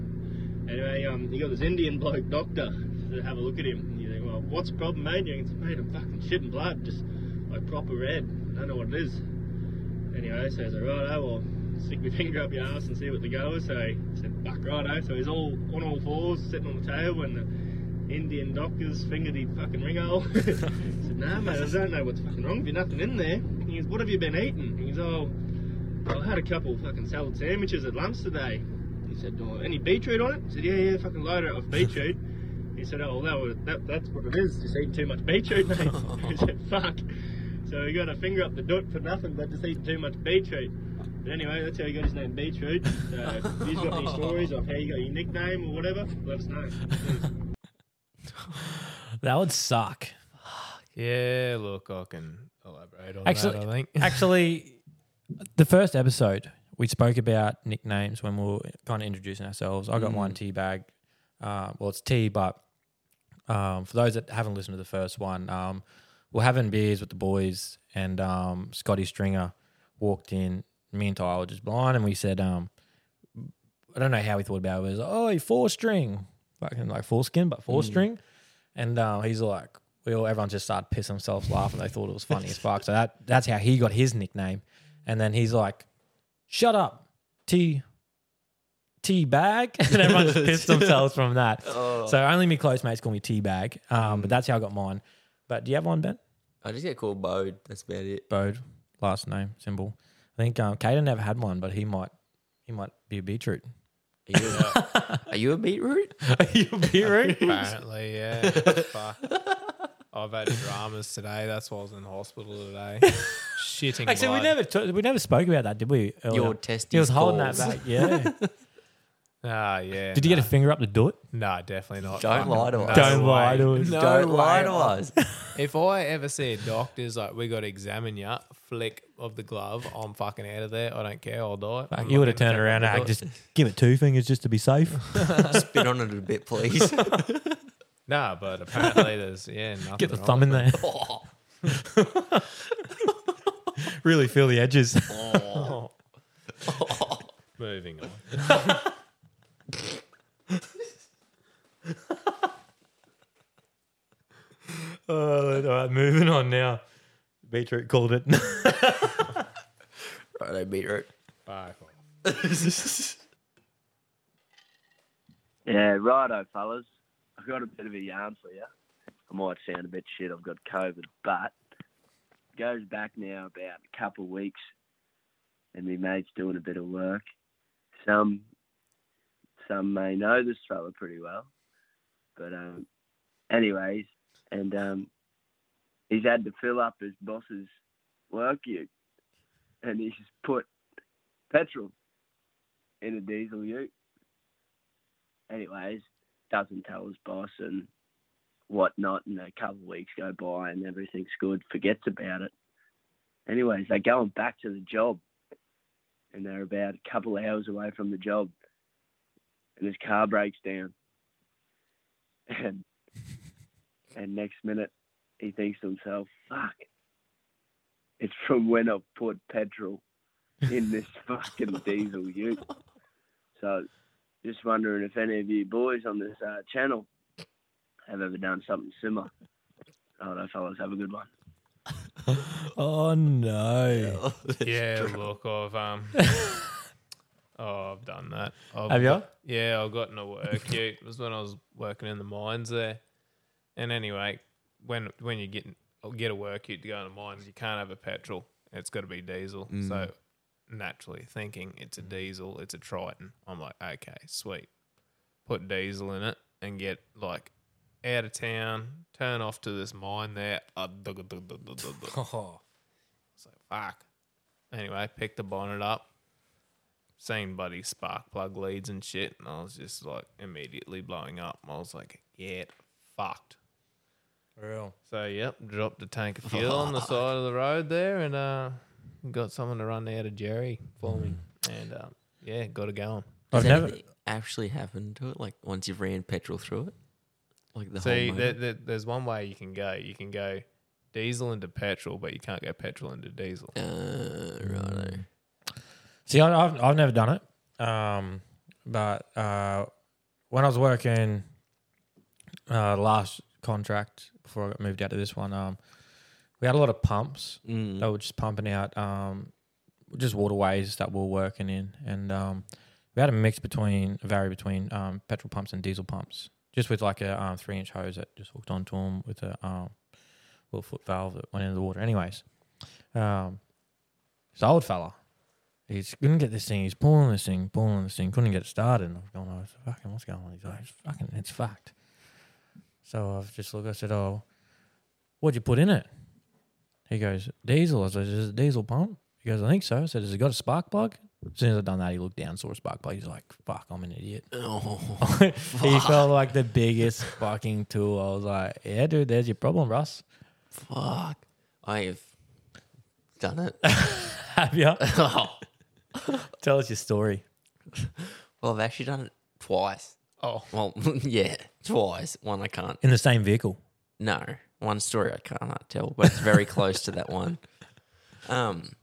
Speaker 7: Anyway, um, he got this Indian bloke doctor to have a look at him. And you think, well, oh, what's the problem, mate? And you can say, mate, I'm fucking shitting blood, just like proper red. I don't know what it is. Anyway, so I said, righto, well, stick my finger up your ass and see what the go is. So he said, fuck righto. So he's all on all fours, sitting on the table, and the Indian doctor's fingered his fucking ring hole. I said, nah, mate, I don't know what's fucking wrong with you, nothing in there. And he goes, what have you been eating? And he's all, well, I had a couple fucking salad sandwiches at lunch today. He said, oh, any beetroot on it? I said, yeah, yeah, fucking load it of beetroot. He said, "Oh, well, that, that, that's what it is. Just eating too much beetroot, mate." I said, "Fuck." So he got a finger up the duck for nothing, but just eating too much beetroot. But anyway, that's how he got his name, Beetroot. So if you've got any stories of how you got your nickname or whatever, let us know.
Speaker 3: That would suck.
Speaker 5: Yeah, look, I can elaborate on
Speaker 3: Actually,
Speaker 5: that. I think
Speaker 3: actually, the first episode we spoke about nicknames when we were kind of introducing ourselves. I got one tea bag. Uh, well, it's tea, but um, for those that haven't listened to the first one, um, we're having beers with the boys, and um, Scotty Stringer walked in. Me and Tyler were just blind, and we said, um, I don't know how we thought about it. It was oh, you four string, fucking like foreskin, but four string. And um, he's like, we all, everyone just started pissing themselves laughing. They thought it was funny as fuck. So that that's how he got his nickname. And then he's like, shut up, T. Tea bag, and everyone just pissed themselves from that. So only me close mates call me tea bag, um, but that's how I got mine. But do you have one, Ben?
Speaker 4: I just get called Bode. That's about it.
Speaker 3: Bode, last name, symbol. I think um, Caden never had one, but he might, he might be a beetroot.
Speaker 4: Are you a, are you a beetroot?
Speaker 3: Are you a beetroot?
Speaker 5: apparently, yeah. Fuck. I've had dramas today. That's why I was in the hospital today. Shitting.
Speaker 3: Actually, we
Speaker 5: blood.
Speaker 3: never t- we never spoke about that, did we? earlier?
Speaker 4: Your testes
Speaker 3: Oh, He was holding
Speaker 4: balls.
Speaker 3: that back. Yeah.
Speaker 5: Ah, yeah.
Speaker 3: did you get a finger up the dot?
Speaker 5: No, definitely not.
Speaker 4: Don't
Speaker 5: Fucking
Speaker 4: lie to us.
Speaker 3: Don't
Speaker 5: way.
Speaker 3: lie to us.
Speaker 5: No
Speaker 4: Don't
Speaker 5: way.
Speaker 4: lie to us.
Speaker 5: If I ever see a doctor's like, we got to examine you, flick of the glove, I'm fucking out of there. I don't care. I'll die. I'm
Speaker 3: you
Speaker 5: not
Speaker 3: would have
Speaker 5: gonna
Speaker 3: turned
Speaker 5: check
Speaker 3: around
Speaker 5: what
Speaker 3: and
Speaker 5: they
Speaker 3: I
Speaker 5: got.
Speaker 3: just give it two fingers just to be safe.
Speaker 4: Spit on it a bit, please.
Speaker 5: Nah, but apparently there's yeah nothing.
Speaker 3: Get the
Speaker 5: wrong
Speaker 3: thumb in
Speaker 5: with
Speaker 3: there. really feel the edges.
Speaker 5: it. Moving on.
Speaker 3: Oh, all right, moving on now. Beetroot called it.
Speaker 4: Righto, beetroot.
Speaker 5: Fuck off.
Speaker 8: Yeah, righto, fellas. I've got a bit of a yarn for you. I might sound a bit shit. I've got COVID, but it goes back now about a couple of weeks, and my mate's doing a bit of work. Some some may know this fella pretty well, but um, anyways, and um, he's had to fill up his boss's work ute, and he's put petrol in a diesel ute anyways, doesn't tell his boss and whatnot, and a couple of weeks go by and everything's good, forgets about it. Anyways, they're going back to the job, and they're about a couple of hours away from the job, and his car breaks down, and and next minute he thinks to himself, "Fuck, it's from when I've put petrol in this fucking diesel ute." So just wondering if any of you boys on this uh, channel have ever done something similar. I don't know, fellas. Have a good one.
Speaker 3: oh no.
Speaker 5: Yeah, look, I've um, oh, I've done that. I've
Speaker 3: Have you?
Speaker 5: got- yeah, I've gotten a work ute. It was when I was working in the mines there. And anyway, when when you get get a work ute to go in the mines, you can't have a petrol. It's got to be diesel. So naturally, thinking it's a diesel, it's a Triton. I'm like, okay, sweet. Put diesel in it and get like out of town. Turn off to this mine there. Uh, dug- dug- dug- dug- dug- dug.
Speaker 3: Oh,
Speaker 5: It's like, fuck. Anyway, picked the bonnet up, seen buddy spark plug leads and shit, and I was just like immediately blowing up. I was like, get fucked.
Speaker 3: real.
Speaker 5: So yep, dropped a tank of fuel on the side of the road there, and uh, got someone to run out of Jerry for me,
Speaker 4: Mm.
Speaker 5: and uh, yeah, got it going.
Speaker 3: I've
Speaker 4: Has
Speaker 3: never.
Speaker 4: anything actually happened to it? Like once you've ran petrol through it, like the
Speaker 5: See,
Speaker 4: whole.
Speaker 5: there,
Speaker 4: motor?
Speaker 5: there, there's one way you can go. You can go diesel into petrol, but you can't go petrol into diesel.
Speaker 4: uh, righto.
Speaker 3: See, I- I've I've never done it, um, but uh, when I was working uh, last contract before I got moved out to this one, um, we had a lot of pumps
Speaker 4: Mm.
Speaker 3: they were just pumping out um, just waterways that we were working in, and um, we had a mix between a vary between um, petrol pumps and diesel pumps, just with like a um, three inch hose that just hooked onto them with a um, little foot valve that went into the water. Anyways, um, this old fella, he couldn't get this thing. He's pulling this thing, pulling this thing, couldn't get it started. And I was going, oh, it's fucking, what's going on? He's like, it's fucking, it's fucked. So I've just looked. I said, oh, what'd you put in it? He goes, diesel. I said, is this a diesel pump? He goes, I think so. I said, has it got a spark plug? As soon as I'd done that, he looked down, saw a spark plug. He's like, fuck, I'm an idiot. he felt like the biggest fucking tool. I was like, yeah, dude, there's your problem, Russ.
Speaker 4: Fuck. I have done it.
Speaker 3: Have you?
Speaker 4: Oh,
Speaker 3: Tell us your story.
Speaker 4: well, I've actually done it twice.
Speaker 5: Oh.
Speaker 4: Well, yeah, twice. One I can't.
Speaker 3: In the same vehicle.
Speaker 4: No, one story I cannot tell, but it's very close to that one. Um,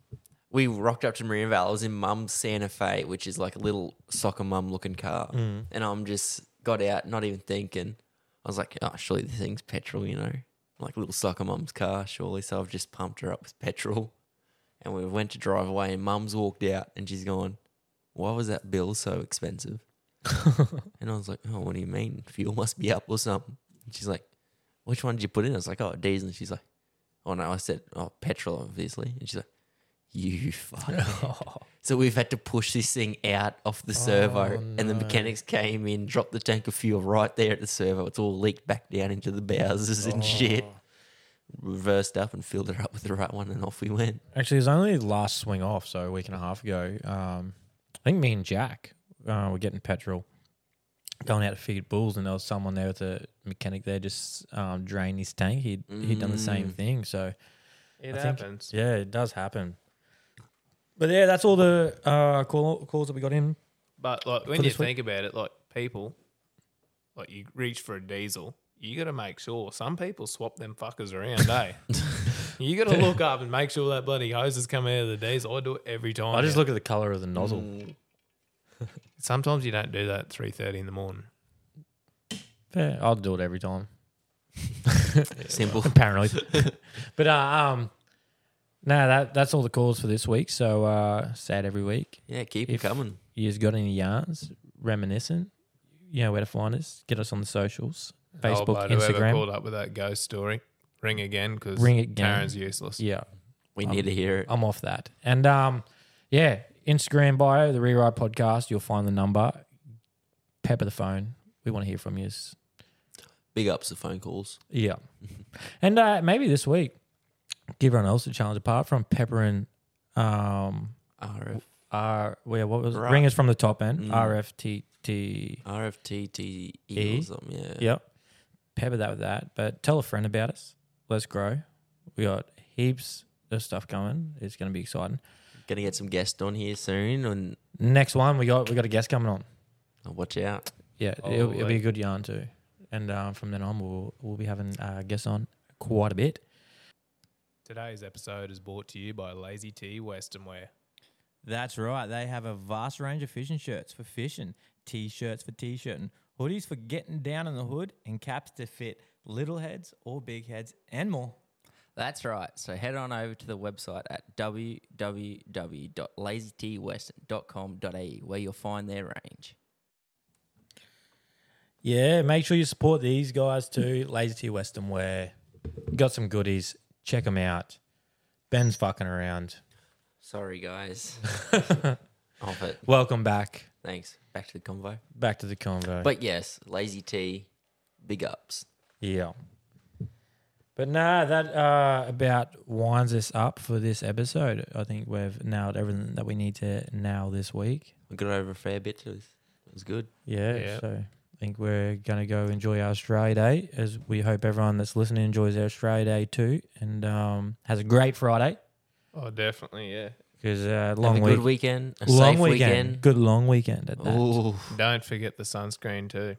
Speaker 4: we rocked up to Marienvale. I was in Mum's Santa Fe, which is like a little soccer mum looking car, and I'm just got out, not even thinking. I was like, oh, surely this thing's petrol, you know, like little soccer mum's car, surely. So I've just pumped her up with petrol, and we went to drive away, and Mum's walked out, and she's gone. Why was that bill so expensive? and I was like, oh, what do you mean? Fuel must be up or something. And she's like, which one did you put in? I was like, oh, diesel. And she's like, oh, no, I said, oh, petrol, obviously. And she's like, you fuck. so we've had to push this thing out off
Speaker 3: Oh,
Speaker 4: the servo. And the mechanics came in, dropped the tank of fuel right there at the servo. It's all leaked back down into the bowsers
Speaker 3: Oh.
Speaker 4: and shit. Reversed up and filled it up with the right one, and off we went.
Speaker 3: Actually, it was only last swing off, so a week and a half ago. Um, I think me and Jack uh, were getting petrol, going out to feed bulls, and there was someone there with a mechanic there just um, drained his tank. He'd, he'd done the same thing. So,
Speaker 5: It
Speaker 3: think-
Speaker 5: happens.
Speaker 3: yeah, it does happen. But yeah, that's all the uh, call, calls that we got in.
Speaker 5: But like when
Speaker 3: For
Speaker 5: you
Speaker 3: this week?
Speaker 5: think about it, like people, like you reach for a diesel, you got to make sure some people swap them fuckers around, eh? you got to look up and make sure that bloody hose is coming out of the diesel. I do it every time.
Speaker 3: I just
Speaker 5: now.
Speaker 3: look at the color of the nozzle.
Speaker 5: Mm. Sometimes you don't do that at three thirty in the morning.
Speaker 3: Yeah, I'll do it every time.
Speaker 4: Simple.
Speaker 3: apparently. but uh, um, no, that that's all the calls for this week. So uh, sad every week.
Speaker 4: Yeah, keep it
Speaker 3: If-
Speaker 4: coming.
Speaker 3: You've got any yarns, reminiscent, you know where to find us. Get us on the socials, Facebook,
Speaker 5: Oh, blood, whoever
Speaker 3: Instagram.
Speaker 5: Called up with that ghost story. Ring again because
Speaker 3: Ring again.
Speaker 5: Karen's useless.
Speaker 3: Yeah,
Speaker 4: We need to hear it.
Speaker 3: I'm off that. And um, yeah, Instagram bio, the Rewrite Podcast. You'll find the number. Pepper the phone. We want to hear from you.
Speaker 4: Big ups to phone calls.
Speaker 3: Yeah. and uh, maybe this week, give everyone else a challenge apart from Pepper and um,
Speaker 4: RF,
Speaker 3: R. Where what was it?
Speaker 4: Right.
Speaker 3: ringers from the top end? RFTT.
Speaker 4: RFTTE
Speaker 3: E?
Speaker 4: or something. Yeah.
Speaker 3: Yep. Pepper that with that. But tell a friend about us. Let's grow. We got heaps of stuff going. It's going to be exciting.
Speaker 4: Gonna get some guests on here soon, and
Speaker 3: Next one, we got we got a guest coming on.
Speaker 4: oh, watch out.
Speaker 3: Yeah,
Speaker 5: Oh,
Speaker 3: it'll, it'll be a
Speaker 5: like-
Speaker 3: good yarn too. And um, from then on, we'll we'll be having uh, guests on quite a bit.
Speaker 5: Today's episode is brought to you by Lazy T Western Wear.
Speaker 9: That's right. They have a vast range of fishing shirts for fishing, t shirts for t shirting, hoodies for getting down in the hood, and caps to fit little heads or big heads and more.
Speaker 4: That's right. So head on over to the website at www.lazytwestern.com.au where you'll find their range.
Speaker 3: Yeah, make sure you support these guys too. Lazy T Western Wear. Got some goodies. Check them out. Ben's fucking around.
Speaker 4: Sorry, guys. Off it.
Speaker 3: Welcome back.
Speaker 4: Thanks. Back to the convo.
Speaker 3: Back to the convo.
Speaker 4: But yes, Lazy T, big ups.
Speaker 3: Yeah. But nah, that uh, about winds us up for this episode. I think we've nailed everything that we need to nail this week.
Speaker 4: We got over a fair bit. To this. It was good.
Speaker 3: Yeah.
Speaker 5: Yeah.
Speaker 3: So I think we're going to go enjoy our Australia Day, as we hope everyone that's listening enjoys their Australia Day too and um, has a great Friday
Speaker 5: Oh, definitely, yeah.
Speaker 3: because uh, long
Speaker 4: Long Have a
Speaker 3: week.
Speaker 4: good weekend. A
Speaker 3: long
Speaker 4: safe
Speaker 3: weekend.
Speaker 4: weekend.
Speaker 3: Good long weekend at that.
Speaker 4: Ooh.
Speaker 5: Don't forget the sunscreen too.